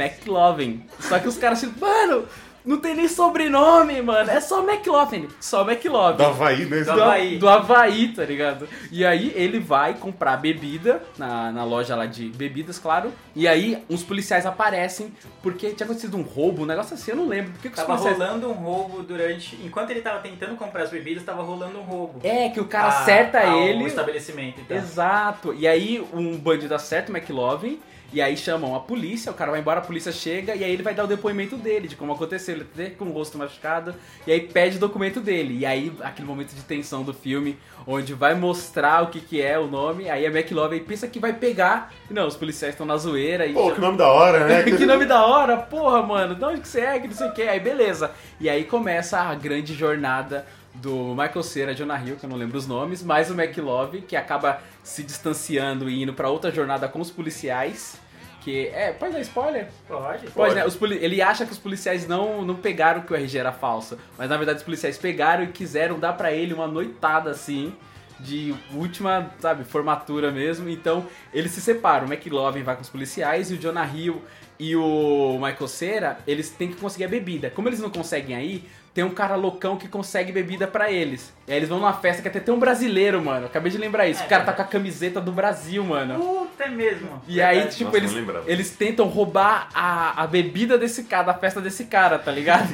Speaker 4: McLovin. Só que os caras assim, mano, não tem nem sobrenome, mano, é só McLovin, só McLovin.
Speaker 2: Do Havaí, né?
Speaker 4: Do, Havaí. Então, do Havaí, tá ligado? E aí ele vai comprar bebida na, na loja lá de bebidas, claro. E aí uns policiais aparecem porque tinha acontecido um roubo, um negócio assim, eu não lembro. Por que, que os
Speaker 3: Tava
Speaker 4: policiais...
Speaker 3: rolando um roubo durante. Enquanto ele tava tentando comprar as bebidas, tava rolando um roubo.
Speaker 4: É, que o cara
Speaker 3: A-
Speaker 4: acerta
Speaker 3: ao
Speaker 4: ele.
Speaker 3: estabelecimento, então.
Speaker 4: Exato. E aí um bandido acerta o McLovin. E aí chamam a polícia, o cara vai embora, a polícia chega e aí ele vai dar o depoimento dele, de como aconteceu, ele tá com o rosto machucado, e aí pede o documento dele. E aí, aquele momento de tensão do filme, onde vai mostrar o que que é o nome, aí a McLovin pensa que vai pegar, e não, os policiais estão na zoeira. E tá
Speaker 2: Pô, que nome da hora, né?
Speaker 4: que nome da hora, porra, mano, de onde que você é, que não sei o que, aí beleza. E aí começa a grande jornada do Michael Cera, Jonah Hill, que eu não lembro os nomes, mais o McLove, que acaba se distanciando e indo pra outra jornada com os policiais, que é, pode dar spoiler?
Speaker 3: Pode.
Speaker 4: Pode, né? Os poli- ele acha que os policiais não, não pegaram que o RG era falso, mas na verdade os policiais pegaram e quiseram dar pra ele uma noitada assim. De última, sabe, formatura mesmo. Então, eles se separam. O McLovin vai com os policiais e o Jonah Hill e o Michael Cera, eles têm que conseguir a bebida. Como eles não conseguem aí, tem um cara loucão que consegue bebida pra eles. E aí eles vão numa festa que até tem um brasileiro, mano. Acabei de lembrar isso. O cara tá com a camiseta do Brasil, mano.
Speaker 3: Puta é mesmo.
Speaker 4: E aí,
Speaker 3: Verdade.
Speaker 4: tipo,
Speaker 2: Nossa,
Speaker 4: eles,
Speaker 2: não lembrava.
Speaker 4: eles tentam roubar a, a bebida desse cara, da festa desse cara, tá ligado?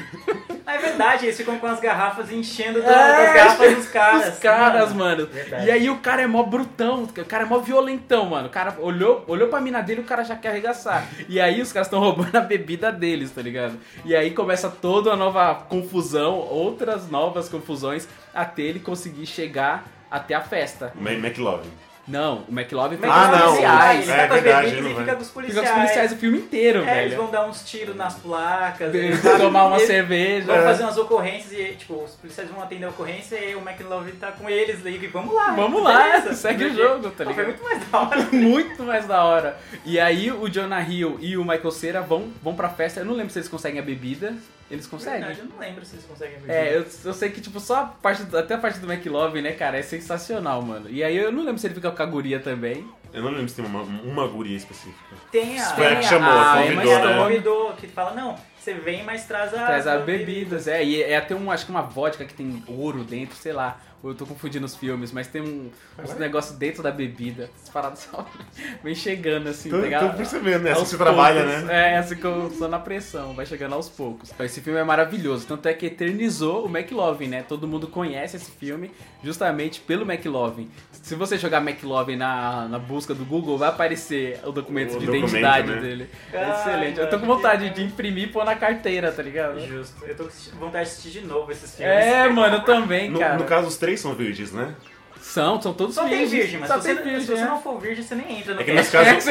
Speaker 3: Ah, é verdade, eles ficam com as garrafas enchendo da- das
Speaker 4: É,
Speaker 3: garrafas dos caras.
Speaker 4: Os caras, mano.
Speaker 3: Verdade.
Speaker 4: E aí o cara é mó brutão, o cara é mó violentão, mano. O cara olhou, olhou pra mina dele o cara já quer arregaçar. E aí os caras estão roubando a bebida deles, tá ligado? E aí começa toda uma nova confusão, outras novas confusões, até ele conseguir chegar até a festa.
Speaker 2: Ma- McLovin.
Speaker 4: Não, o McLovin
Speaker 2: Mas Ah, não,
Speaker 3: Policiais,
Speaker 2: é
Speaker 3: ele tá com as
Speaker 2: verdade,
Speaker 3: bebidas
Speaker 2: ele
Speaker 3: e
Speaker 2: não
Speaker 3: fica
Speaker 2: vai.
Speaker 3: com os
Speaker 4: Fica
Speaker 3: policiais.
Speaker 4: os policiais o filme inteiro,
Speaker 3: É,
Speaker 4: velho.
Speaker 3: eles vão dar uns tiros nas placas,
Speaker 4: Eles
Speaker 3: eles
Speaker 4: vão
Speaker 3: vão-
Speaker 4: tomar uma
Speaker 3: eles
Speaker 4: cerveja.
Speaker 3: Vão
Speaker 4: É.
Speaker 3: fazer umas ocorrências e, tipo, os policiais vão atender a ocorrência e o McLovin tá com eles e vamos lá.
Speaker 4: Vamos lá,
Speaker 3: beleza.
Speaker 4: segue o
Speaker 3: Porque-
Speaker 4: jogo, tá
Speaker 3: Pô, Foi
Speaker 4: ligado?
Speaker 3: muito mais da hora.
Speaker 4: muito mais da hora. E aí o Jonah Hill e o Michael Cera vão, vão pra festa. Eu não lembro se eles conseguem a bebida. Eles conseguem?
Speaker 3: Verdade, eu não lembro se eles conseguem ver.
Speaker 4: É, eu, eu sei que, tipo, só a parte, do- até a parte do McLovin, né, cara, é sensacional, mano. E aí eu não lembro se ele fica com a guria também.
Speaker 2: Eu não lembro se tem uma, uma guria específica.
Speaker 3: Tem a.
Speaker 2: Foi a que
Speaker 3: tem a-
Speaker 2: chamou,
Speaker 3: a-
Speaker 2: convidou,
Speaker 3: ela
Speaker 2: né?
Speaker 3: convidou, que fala, não, você vem, mas traz a.
Speaker 4: Traz as bebidas, é. E é até um, acho que uma vodka que tem ouro dentro, sei lá. Ou eu tô confundindo os filmes, mas tem um, uns negócios dentro da bebida. As paradas só vem chegando assim,
Speaker 2: Tô-
Speaker 4: tá ligado?
Speaker 2: tô percebendo, né?
Speaker 4: Aos
Speaker 2: Assim você trabalha,
Speaker 4: poucos.
Speaker 2: né?
Speaker 4: É, assim que eu sou na pressão, vai chegando aos poucos. Então, Esse filme é maravilhoso, tanto é que eternizou o McLovin, né? Todo mundo conhece esse filme justamente pelo McLovin. Se você jogar McLovin na, na busca do Google, vai aparecer o documento
Speaker 2: O
Speaker 4: de
Speaker 2: documento,
Speaker 4: identidade
Speaker 2: né?
Speaker 4: dele. É
Speaker 3: Ai,
Speaker 4: Excelente. Eu tô com
Speaker 3: mano,
Speaker 4: vontade de imprimir e pôr na carteira, tá ligado?
Speaker 3: Justo. Eu tô com vontade de assistir de novo esses filmes.
Speaker 4: É, mano, eu também,
Speaker 2: No,
Speaker 4: cara.
Speaker 2: no caso, os três são virgens, né?
Speaker 4: São, são todos
Speaker 3: Só tem
Speaker 4: virgens.
Speaker 3: virgem, mas
Speaker 4: Só
Speaker 3: se, você,
Speaker 4: tem
Speaker 3: se
Speaker 4: virgem,
Speaker 3: você
Speaker 4: é.
Speaker 3: não for virgem, você nem entra no
Speaker 2: É que nesse
Speaker 3: cast.
Speaker 2: caso-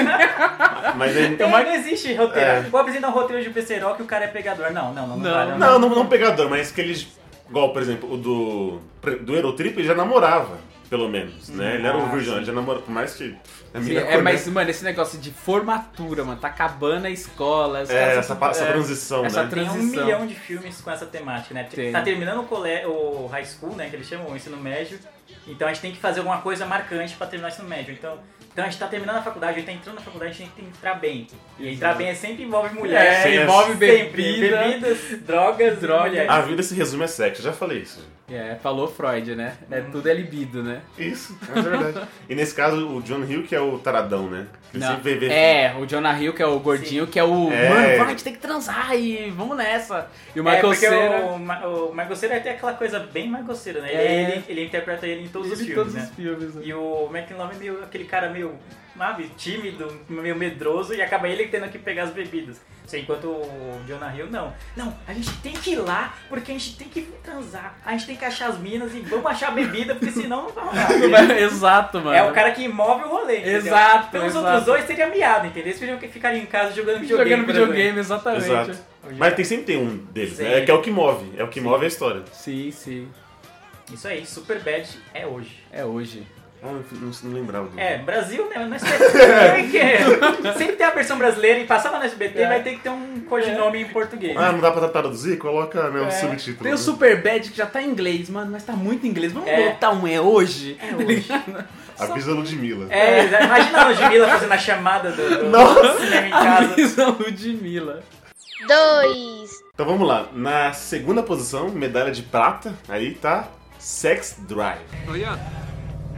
Speaker 2: Mas aí-
Speaker 3: Tem,
Speaker 4: mas-
Speaker 3: não existe roteiro.
Speaker 2: É.
Speaker 3: Vou apresentar um roteiro de becerol que o cara é pegador. Não, não, não. Não, vale,
Speaker 2: Não, não, não pegador, mas que eles. Igual, por exemplo, o do. Do Eurotrip ele já namorava, pelo menos, né? Ele era um
Speaker 4: Ah,
Speaker 2: virgão, ele já namorava, por mais que. a
Speaker 4: Sim,
Speaker 2: mina
Speaker 4: é,
Speaker 2: conhe-
Speaker 4: mas, mano, esse negócio de formatura, mano, tá acabando a escola. os
Speaker 2: É,
Speaker 4: caras-
Speaker 2: essa pa- essa
Speaker 4: é,
Speaker 2: transição,
Speaker 4: essa
Speaker 2: né?
Speaker 3: Tem um
Speaker 4: transição.
Speaker 3: milhão de filmes com essa temática, né? Porque
Speaker 4: Tem.
Speaker 3: Tá terminando o, cole... o high school, né? Que eles chamam o ensino médio. Então a gente tem que fazer alguma coisa marcante pra terminar o ensino médio. Então, então a gente tá terminando a faculdade, a gente tá entrando na faculdade, a gente tem que entrar bem. E entrar bem é sempre envolve mulheres.
Speaker 4: É, envolve bebida.
Speaker 3: bebidas, drogas, drogas. Mulheres.
Speaker 2: A vida se resume a sexo, já falei isso. gente.
Speaker 4: É, falou Freud, né? É,
Speaker 3: Hum.
Speaker 4: tudo é libido, né?
Speaker 2: Isso, é verdade. e nesse caso, o John Hill que é o taradão, né? Ele
Speaker 4: Não.
Speaker 2: sempre vê- vê-
Speaker 4: É, o Jonah Hill, que é o gordinho, que é o.
Speaker 2: É.
Speaker 4: Mano, vai, a gente tem que transar e vamos nessa. E o
Speaker 3: é,
Speaker 4: Michael
Speaker 3: porque
Speaker 4: Cera.
Speaker 3: o, Ma- o Michael Cera tem aquela coisa bem Michael Cera, né? Ele,
Speaker 4: É.
Speaker 3: ele, ele interpreta ele em todos
Speaker 4: Ele
Speaker 3: os
Speaker 4: em
Speaker 3: filmes,
Speaker 4: todos
Speaker 3: né?
Speaker 4: os filmes, né?
Speaker 3: E o McLovin é meio aquele cara meio, sabe, tímido, meio medroso e acaba ele tendo que pegar as bebidas. Assim, Enquanto o Jonah Hill, não. Não, a gente tem que ir lá porque a gente tem que transar. A gente tem que achar as minas e vamos achar a bebida porque senão não vai rolar.
Speaker 4: Exato, mano.
Speaker 3: É o cara que move o rolê. entendeu?
Speaker 4: Exato,
Speaker 3: Então os
Speaker 4: exato.
Speaker 3: outros dois seriam miado, entendeu? Eles teriam que ficar em casa jogando videogame.
Speaker 4: Jogando
Speaker 3: por exemplo. é.
Speaker 4: videogame, exatamente.
Speaker 2: Exato. Mas tem, sempre tem um deles, né? É que é o que move. É o que move a história.
Speaker 4: Sim, sim.
Speaker 3: Isso aí, Superbad é hoje.
Speaker 4: É hoje.
Speaker 2: Ah, não, não, não lembrava. do-
Speaker 3: É, Brasil, né? No SBT. que- Sempre tem a versão brasileira e passava no
Speaker 4: É.
Speaker 3: SBT, vai ter que ter um codinome em português.
Speaker 2: Ah, não dá pra traduzir? Coloca né, um
Speaker 3: É.
Speaker 2: subtítulo.
Speaker 4: Tem o
Speaker 2: né?
Speaker 4: Super Bad que já tá em inglês, mano, mas tá muito em inglês. Vamos
Speaker 3: É.
Speaker 4: botar um é hoje?
Speaker 3: É hoje.
Speaker 2: Avisa a Ludmilla.
Speaker 3: É, imagina a Ludmilla fazendo a chamada do, do
Speaker 2: Nossa.
Speaker 3: cinema em casa.
Speaker 4: Avisa a Ludmilla.
Speaker 15: Dois.
Speaker 2: Então vamos lá. Na segunda posição, medalha de prata, aí tá Sex Drive.
Speaker 16: Ian,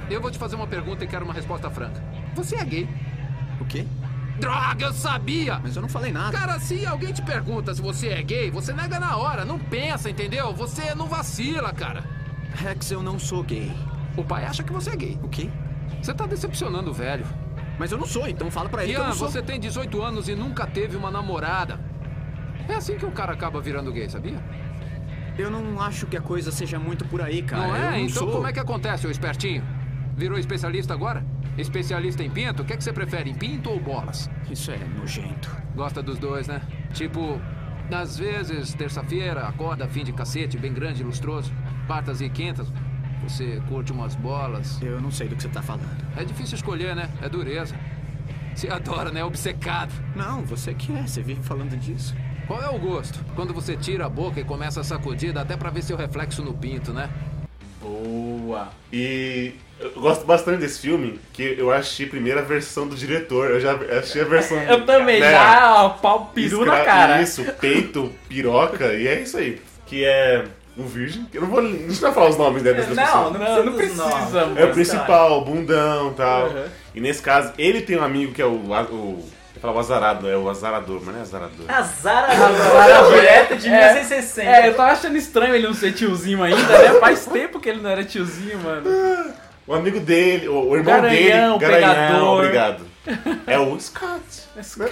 Speaker 16: eu vou te fazer uma pergunta e quero uma resposta franca. Você é gay?
Speaker 8: O quê?
Speaker 16: Droga, eu sabia!
Speaker 8: Mas eu não falei nada.
Speaker 16: Cara, se alguém te pergunta se você é gay, você nega na hora, não pensa, entendeu? Você não vacila, cara.
Speaker 8: Rex, eu não sou gay.
Speaker 16: O pai acha que você é gay.
Speaker 8: O quê?
Speaker 16: Você tá decepcionando o velho.
Speaker 8: Mas eu não sou, então fala pra ele que eu
Speaker 16: Ian,
Speaker 8: não sou.
Speaker 16: ah, você tem 18 anos e nunca teve uma namorada. É assim que o cara acaba virando gay, sabia?
Speaker 8: Eu não acho que é. a coisa seja muito por aí, cara.
Speaker 16: não
Speaker 8: eu
Speaker 16: é?
Speaker 8: não
Speaker 16: então
Speaker 8: sou.
Speaker 16: como é que acontece, ô espertinho? Virou especialista agora? Especialista em pinto? O que, é que você prefere, em pinto ou bolas?
Speaker 8: Isso é nojento.
Speaker 16: Gosta dos dois, né? Tipo, às vezes, terça-feira, acorda fim de cacete, bem grande, lustroso. Quartas e quintas, você curte umas bolas.
Speaker 8: Eu não sei do que você tá falando.
Speaker 16: É difícil escolher, né? É dureza. Você adora, né? Obcecado.
Speaker 8: Não, você que é, você vive falando disso.
Speaker 16: Qual é o gosto? Quando você tira a boca e começa a sacudir, dá até pra ver seu reflexo no pinto, né?
Speaker 4: Boa.
Speaker 2: E eu gosto bastante desse filme, que eu achei primeiro a versão do diretor. Eu já achei a versão.
Speaker 4: Eu também,
Speaker 2: né,
Speaker 4: já, ó, pau peru na
Speaker 2: escra-
Speaker 4: cara.
Speaker 2: Isso, peito, piroca, e é isso aí. Que é um virgem. Eu não vou. Não precisa falar os nomes né, das pessoas.
Speaker 3: Não, não,
Speaker 4: Não, não
Speaker 3: precisa. dos
Speaker 4: precisa,
Speaker 3: nomes.
Speaker 2: É o principal, bundão e tal.
Speaker 4: Uhum.
Speaker 2: E nesse caso, ele tem um amigo que é o. a- o eu ia falar o azarado, é o azarador, mas não é azarador.
Speaker 3: Azar
Speaker 4: Azar-
Speaker 3: direto de
Speaker 4: É.
Speaker 3: 1960.
Speaker 4: É, eu tava achando estranho ele não ser tiozinho ainda, né? Faz tempo que ele não era tiozinho, mano.
Speaker 2: O amigo dele, o, o irmão
Speaker 4: Garanhão,
Speaker 2: dele, Garanhão,
Speaker 4: pegador.
Speaker 2: obrigado. É o Scott.
Speaker 4: É Scott.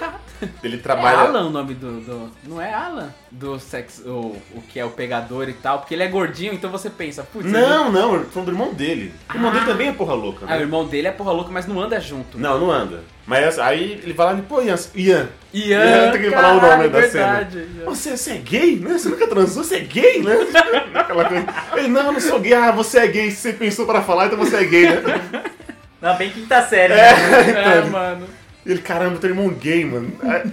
Speaker 2: Ele
Speaker 4: É
Speaker 2: trabalha.
Speaker 4: Alan o nome do, do- Não é Alan? Do sex. O, o que é o pegador e tal. Porque ele é gordinho, então você pensa, putz. ele-
Speaker 2: Não, não, eu tô falando do irmão dele. O irmão dele também é porra louca,
Speaker 4: Ah, o
Speaker 2: né?
Speaker 4: irmão dele é porra louca, mas não anda junto.
Speaker 2: Não, não anda. Mas aí ele vai lá e pô, Ian. Ian,
Speaker 4: Ian,
Speaker 2: Ian, tem que falar o nome
Speaker 4: caralho,
Speaker 2: da cena.
Speaker 4: verdade, Ian.
Speaker 2: Você, você é gay, né? Você nunca transou, você é gay, né? Aquela coisa. Ele, não, eu não sou gay. Ah, você é gay. Você pensou pra falar, então você é gay, né?
Speaker 3: Não, bem quinta série, né?
Speaker 4: É,
Speaker 2: então.
Speaker 4: mano.
Speaker 2: Ele, caramba, teu irmão gay, mano. Aí-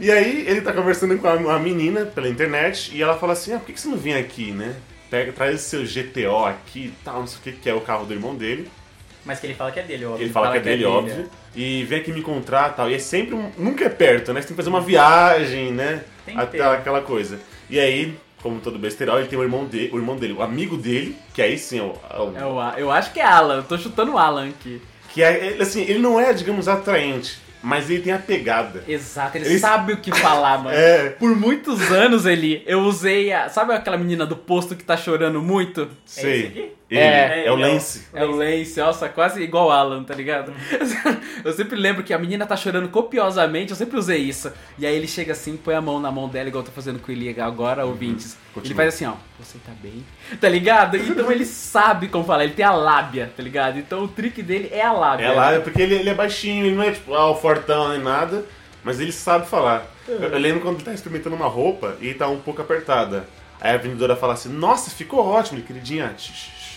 Speaker 2: E aí ele tá conversando com a- uma menina pela internet e ela fala assim, ah, por que que você não vem aqui, né? Pega, traz o seu GTO aqui e tal, não sei o que, que é o carro do irmão dele.
Speaker 3: Mas que ele fala que é dele, óbvio.
Speaker 2: Ele fala, que é dele, óbvio. E vem aqui me encontrar e tal. E é sempre. um- Nunca é perto, né? Você tem que fazer uma viagem, né?
Speaker 3: Tem que
Speaker 2: Até
Speaker 3: ter.
Speaker 2: aquela coisa. E aí, como todo besteirol, ele tem o irmão, de, o irmão dele, o amigo dele, que aí sim é o. é o-
Speaker 4: É o A- eu acho que é Alan, eu tô chutando o Alan aqui.
Speaker 2: que é, ele, assim, ele não é, digamos, atraente, mas ele tem a pegada.
Speaker 4: Exato, ele,
Speaker 2: Ele-
Speaker 4: sabe o que falar, mano.
Speaker 2: É.
Speaker 4: Por muitos anos, ele, eu usei a. Sabe aquela menina do posto que tá chorando muito?
Speaker 2: Sei.
Speaker 3: esse aqui?
Speaker 2: Ele,
Speaker 4: É,
Speaker 2: é, o
Speaker 3: ele é o-
Speaker 2: Lance.
Speaker 4: É o Lance, nossa, quase igual o Alan, tá ligado? Eu sempre lembro que a menina tá chorando copiosamente, eu sempre usei isso. E aí ele chega assim, põe a mão na mão dela, igual eu tô fazendo com o Ilha agora, ouvintes. Ele
Speaker 2: Uhum. continua.
Speaker 4: faz assim, ó, você tá bem? Tá ligado? Então ele sabe como falar, ele tem a lábia, tá ligado? Então o trick dele é a lábia.
Speaker 2: É lá, é porque ele, ele é baixinho, ele não é tipo, ah, o fortão nem nada, É. mas ele sabe falar. Eu, eu lembro quando ele tá experimentando uma roupa e tá um pouco apertada. Aí a vendedora fala assim, nossa, ficou ótimo, queridinha.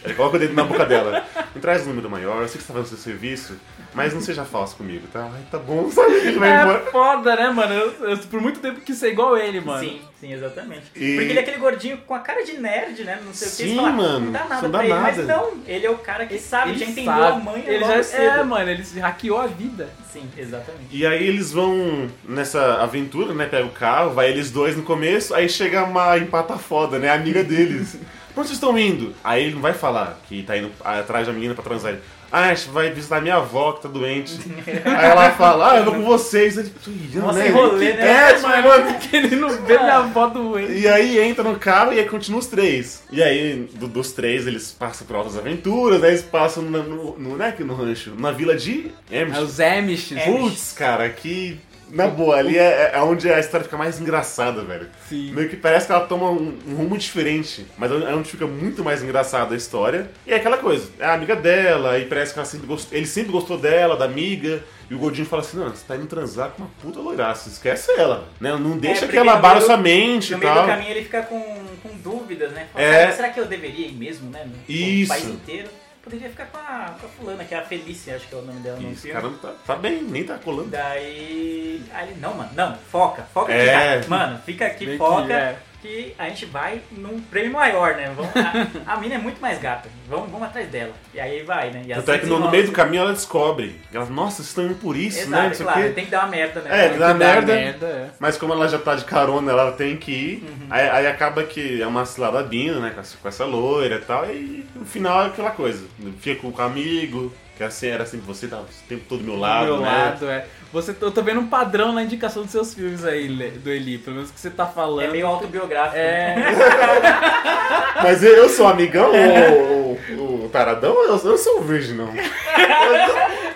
Speaker 2: Aí coloca o dedo na boca dela. Me traz um número maior, eu sei que você tá fazendo seu serviço, mas não seja falso comigo, tá? Ai, tá bom, sabe? Ele vai
Speaker 4: É
Speaker 2: embora.
Speaker 4: foda, né, mano? Eu, eu por muito tempo quis ser igual ele, mano.
Speaker 3: Sim, sim, exatamente.
Speaker 4: E-
Speaker 3: Porque ele é aquele gordinho com a cara de nerd, né? Não sei o que.
Speaker 4: Sim,
Speaker 3: você fala,
Speaker 4: mano,
Speaker 3: Não dá nada
Speaker 4: isso não dá
Speaker 3: pra ele.
Speaker 4: nada.
Speaker 3: Mas não, ele é o cara que sabe, já entendeu a
Speaker 4: sabe.
Speaker 3: mãe
Speaker 4: Ele
Speaker 3: logo
Speaker 4: já
Speaker 3: cedo.
Speaker 4: é, mano. Ele se hackeou a vida.
Speaker 3: Sim, exatamente.
Speaker 2: E aí eles vão nessa aventura, né? Pega o carro, vai eles dois no começo, aí chega uma empata foda, né? A amiga deles. Pra onde vocês estão indo? Aí ele não vai falar que tá indo atrás da menina pra transar. Ele, Ah, a gente vai visitar minha avó que tá doente. aí ela fala, ah, eu vou com vocês. Ele, "Ih,
Speaker 4: Nossa,
Speaker 2: né?
Speaker 4: enrolê, né?
Speaker 2: É, tipo, mano,
Speaker 4: que ele não vê minha avó doente.
Speaker 2: E aí entra no carro e aí continua os três. E aí, do- dos três, eles passam por altas aventuras, aí eles passam na- no, no, né, aqui no rancho, na vila de Amish.
Speaker 4: É os Amish.
Speaker 2: Putz, cara, que... Na boa, ali é, é onde a história fica mais engraçada, velho.
Speaker 4: Sim.
Speaker 2: Meio que parece que ela toma um, um rumo diferente, mas é onde fica muito mais engraçada a história. E é aquela coisa, é a amiga dela, e parece que ela sempre gost- ele sempre gostou dela, da amiga, e o Godinho fala assim, não, você tá indo transar com uma puta loiraça, esquece ela, né? Não deixa
Speaker 3: É,
Speaker 2: que
Speaker 3: porque
Speaker 2: ela
Speaker 3: no
Speaker 2: abala
Speaker 3: meio-
Speaker 2: sua mente e
Speaker 3: No meio do
Speaker 2: tal.
Speaker 3: caminho ele fica com, com dúvidas, né? Fala,
Speaker 2: É.
Speaker 3: "Cara, será que eu deveria ir mesmo, né? No-
Speaker 2: Isso.
Speaker 3: No país inteiro. Poderia ficar com a, com a fulana, que é a Felícia, acho que é o nome dela no
Speaker 2: Esse
Speaker 3: filme.
Speaker 2: cara não tá, tá bem, nem tá colando.
Speaker 3: Daí. Aí ele, não, mano, não, foca, foca aqui,
Speaker 2: É.
Speaker 3: cara. Mano, fica aqui,
Speaker 2: Meio que
Speaker 3: foca. Que,
Speaker 2: é.
Speaker 3: a gente vai num prêmio maior, né? Vamos, a, a mina é muito mais gata. Vamos, vamos atrás dela. E aí vai, né? E
Speaker 2: Tanto é
Speaker 3: assim
Speaker 2: que no, no
Speaker 3: desenrola.
Speaker 2: meio do caminho ela descobre. Ela, nossa, vocês estão indo por isso,
Speaker 3: Exato,
Speaker 2: né? Não sei o
Speaker 3: claro,
Speaker 2: quê.
Speaker 3: tem que dar uma merda, né?
Speaker 2: É, tem que dar merda.
Speaker 4: é.
Speaker 2: Mas como ela já tá de carona, ela tem que ir. Aí, aí acaba que é uma ciladabina, né? Com essa, com essa loira e tal. E no final é aquela coisa. Fica com o amigo, que assim era assim, você tá o tempo todo do meu lado,
Speaker 4: do meu
Speaker 2: né?
Speaker 4: lado, é. Você, eu tô vendo um padrão na indicação dos seus filmes aí, Le- do Eli. Pelo menos que você tá falando. É meio
Speaker 3: autobiográfico.
Speaker 2: Mas eu, eu sou amigão, o, o, o taradão, eu, eu sou o virgem, não.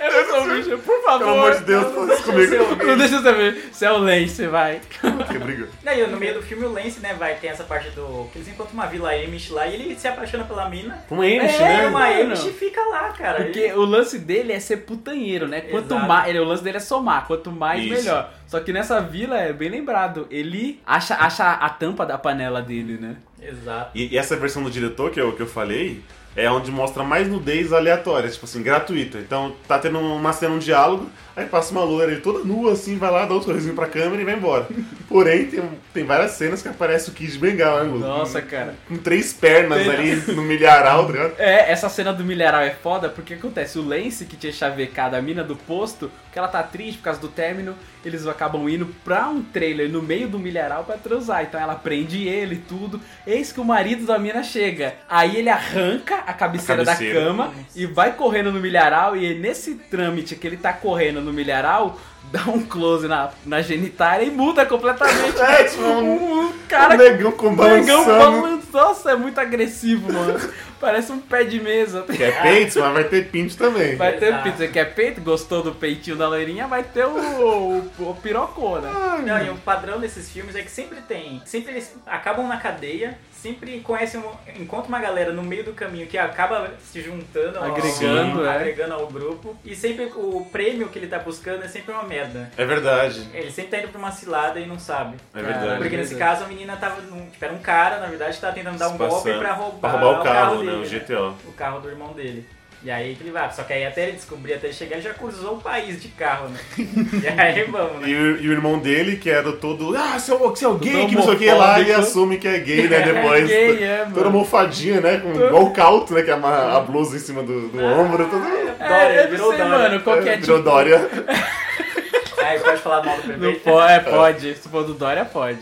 Speaker 4: Eu sou um bicho, por favor.
Speaker 2: Pelo amor de Deus, fala isso comigo.
Speaker 4: Não deixa eu saber. Você é o Lance, vai.
Speaker 2: Que briga.
Speaker 3: Daí, no meio do filme, o Lance, né, vai, tem essa parte do. que eles encontram uma vila Amish lá e ele se apaixona pela mina.
Speaker 4: Uma Amish,
Speaker 3: é,
Speaker 4: né?
Speaker 3: uma
Speaker 4: Mano.
Speaker 3: Amish e fica lá, cara.
Speaker 4: Porque
Speaker 3: Ele-
Speaker 4: o lance dele é ser putanheiro, né? Quanto
Speaker 3: Exato.
Speaker 4: mais. Ele, o lance dele é somar, quanto mais,
Speaker 3: Isso.
Speaker 4: melhor. Só que nessa vila é bem lembrado. Ele acha, acha a tampa da panela dele, né?
Speaker 3: Exato.
Speaker 2: E, e essa versão do diretor que eu, que eu falei é onde mostra mais nudez aleatória, tipo assim, gratuita. Então tá tendo uma cena, um diálogo, aí passa uma loira ele toda nua, assim, vai lá, dá outro sorrisinho pra câmera e vai embora. Porém, tem, tem várias cenas que aparece o Kid de Bengala, né, Lu?
Speaker 4: Nossa, cara.
Speaker 2: Com três pernas
Speaker 4: Tem-
Speaker 2: ali no milharal, tá ligado?
Speaker 4: É, essa cena do milharal é foda porque acontece, o Lance que tinha chavecado a mina do posto, porque ela tá triste por causa do término, eles acabam indo pra um trailer no meio do milharal pra transar. Então ela prende ele e tudo. Eis que o marido da mina chega. Aí ele arranca a cabeceira,
Speaker 16: A cabeceira.
Speaker 4: da cama e vai correndo no milharal. E nesse trâmite que ele tá correndo no milharal, dá um close na, na genitália e muda completamente.
Speaker 2: É, tipo,
Speaker 4: um, um cara.
Speaker 2: um negão com
Speaker 4: negão
Speaker 2: balançando.
Speaker 4: balançando. Nossa, é muito agressivo, mano. Parece um pé de mesa.
Speaker 2: Quer peito, é mas vai ter pinto também.
Speaker 4: Vai ter um o
Speaker 2: Exato.
Speaker 4: pinto. Você quer é peito? Gostou do peitinho da loirinha? Vai ter o, o, o pirocô, né?
Speaker 2: Ah,
Speaker 3: Não, e o padrão desses filmes é que sempre tem. Sempre eles acabam na cadeia, sempre conhecem, um- encontram uma galera no meio do caminho que acaba se juntando, ao-
Speaker 4: Agregando,
Speaker 3: ao,
Speaker 4: é.
Speaker 3: agregando ao grupo. E sempre o prêmio que ele tá buscando é sempre uma merda.
Speaker 2: É verdade.
Speaker 3: Ele sempre tá indo pra uma cilada e não sabe.
Speaker 2: É verdade.
Speaker 3: Porque
Speaker 2: É
Speaker 3: nesse
Speaker 2: verdade.
Speaker 3: caso a menina tava. Num, tipo, era um cara, na verdade, tava tentando dar um
Speaker 2: Se
Speaker 3: golpe
Speaker 2: passando.
Speaker 3: pra roubar,
Speaker 2: Pra roubar o carro, né,
Speaker 3: dele,
Speaker 2: o GTO.
Speaker 3: O carro do irmão dele. E aí que ele vai. Só que aí até ele descobrir, até ele chegar, ele já cruzou o país de carro, né? e aí vamos, né?
Speaker 2: E o, e o irmão dele, que era todo, ah, você é, o- você é o gay,
Speaker 4: Todo
Speaker 2: que não sei o que lá, e
Speaker 4: homofóbico.
Speaker 2: assume que é gay, né? Depois.
Speaker 4: É gay, é, mano.
Speaker 2: Toda mofadinha, né? Com igual o calto, né? Que é uma- a blusa em cima do, do ombro. Todo...
Speaker 4: Dória, É, eu virou não sei, Dória. mano, Ah. qual que é,
Speaker 2: Virou
Speaker 4: tipo-
Speaker 2: Dória.
Speaker 3: Aí pode falar mal do
Speaker 4: Não
Speaker 3: prefeito.
Speaker 4: pode, é, pode. Se for do Dória, pode.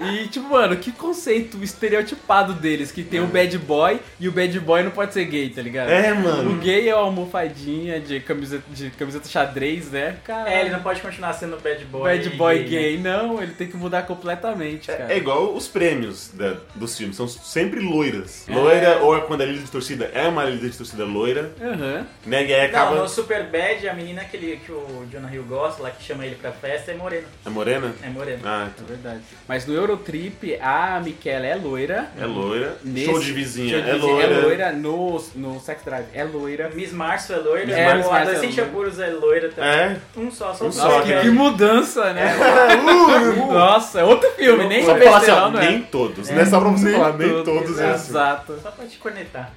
Speaker 4: E, tipo, mano, que conceito estereotipado deles, que tem o bad boy e o bad boy não pode ser gay, tá ligado?
Speaker 2: É, mano.
Speaker 4: O gay é uma almofadinha de camiseta, de camiseta xadrez, né? Caralho.
Speaker 3: É, ele não pode continuar sendo bad boy.
Speaker 4: Bad boy gay,
Speaker 3: né?
Speaker 4: não, ele tem que mudar completamente, cara.
Speaker 2: É igual os prêmios da- dos filmes, são sempre loiras. Loira, ou é quando a líder de torcida é uma líder de torcida loira,
Speaker 4: Aham.
Speaker 2: né? E aí
Speaker 3: Não,
Speaker 2: acaba.
Speaker 3: no Superbad, a menina que, ele, que o Jonah Hill gosta, lá que chama chama ele pra festa é morena.
Speaker 2: É morena?
Speaker 3: É morena.
Speaker 2: Ah, então.
Speaker 3: É verdade.
Speaker 4: Mas no Eurotrip, a Michela é loira.
Speaker 2: É loira. Show de vizinha, é
Speaker 4: É
Speaker 2: loira.
Speaker 4: loira no, no Sex Drive. É loira.
Speaker 3: Miss Março é loira.
Speaker 4: Miss
Speaker 3: É,
Speaker 4: Março
Speaker 3: o
Speaker 4: é
Speaker 3: Adolescente
Speaker 4: loira.
Speaker 3: Apuros é loira também.
Speaker 4: É?
Speaker 3: Um só, só um
Speaker 4: Nossa,
Speaker 3: só.
Speaker 4: que,
Speaker 3: cara.
Speaker 4: que mudança, né?
Speaker 2: É. Uh, uh.
Speaker 4: Nossa, é outro filme, nem
Speaker 2: Só pra falar assim, ó, nem todos,
Speaker 4: É,
Speaker 2: né? Só pra você
Speaker 4: nem
Speaker 2: falar, nem todos é assim.
Speaker 4: Exato.
Speaker 3: Só pra te conectar.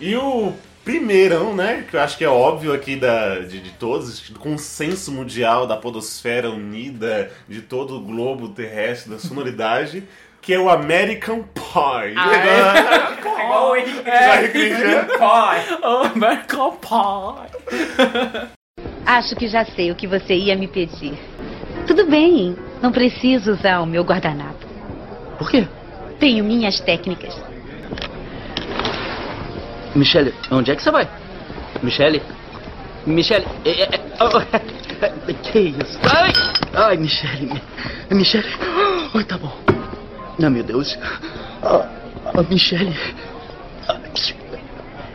Speaker 2: E o primeirão, né? Que eu acho que é óbvio aqui da, de, de todos, do consenso mundial da podosfera unida, de todo o globo terrestre, da sonoridade, que é o American Pie.
Speaker 3: Ah, É igual o Henrique.
Speaker 2: Já recriminando.
Speaker 4: American Pie.
Speaker 17: Acho que já sei o que você ia me pedir. Tudo bem, não preciso usar o meu guardanapo. Por quê? Tenho minhas técnicas.
Speaker 9: Michele, onde é que você vai? Michele? Michele? é- é- é- oh, que isso? Ai! Ai, Michele. Mi- Michele. Ai, tá bom. Ah, meu Deus. Ah, ah, Michele. Ah,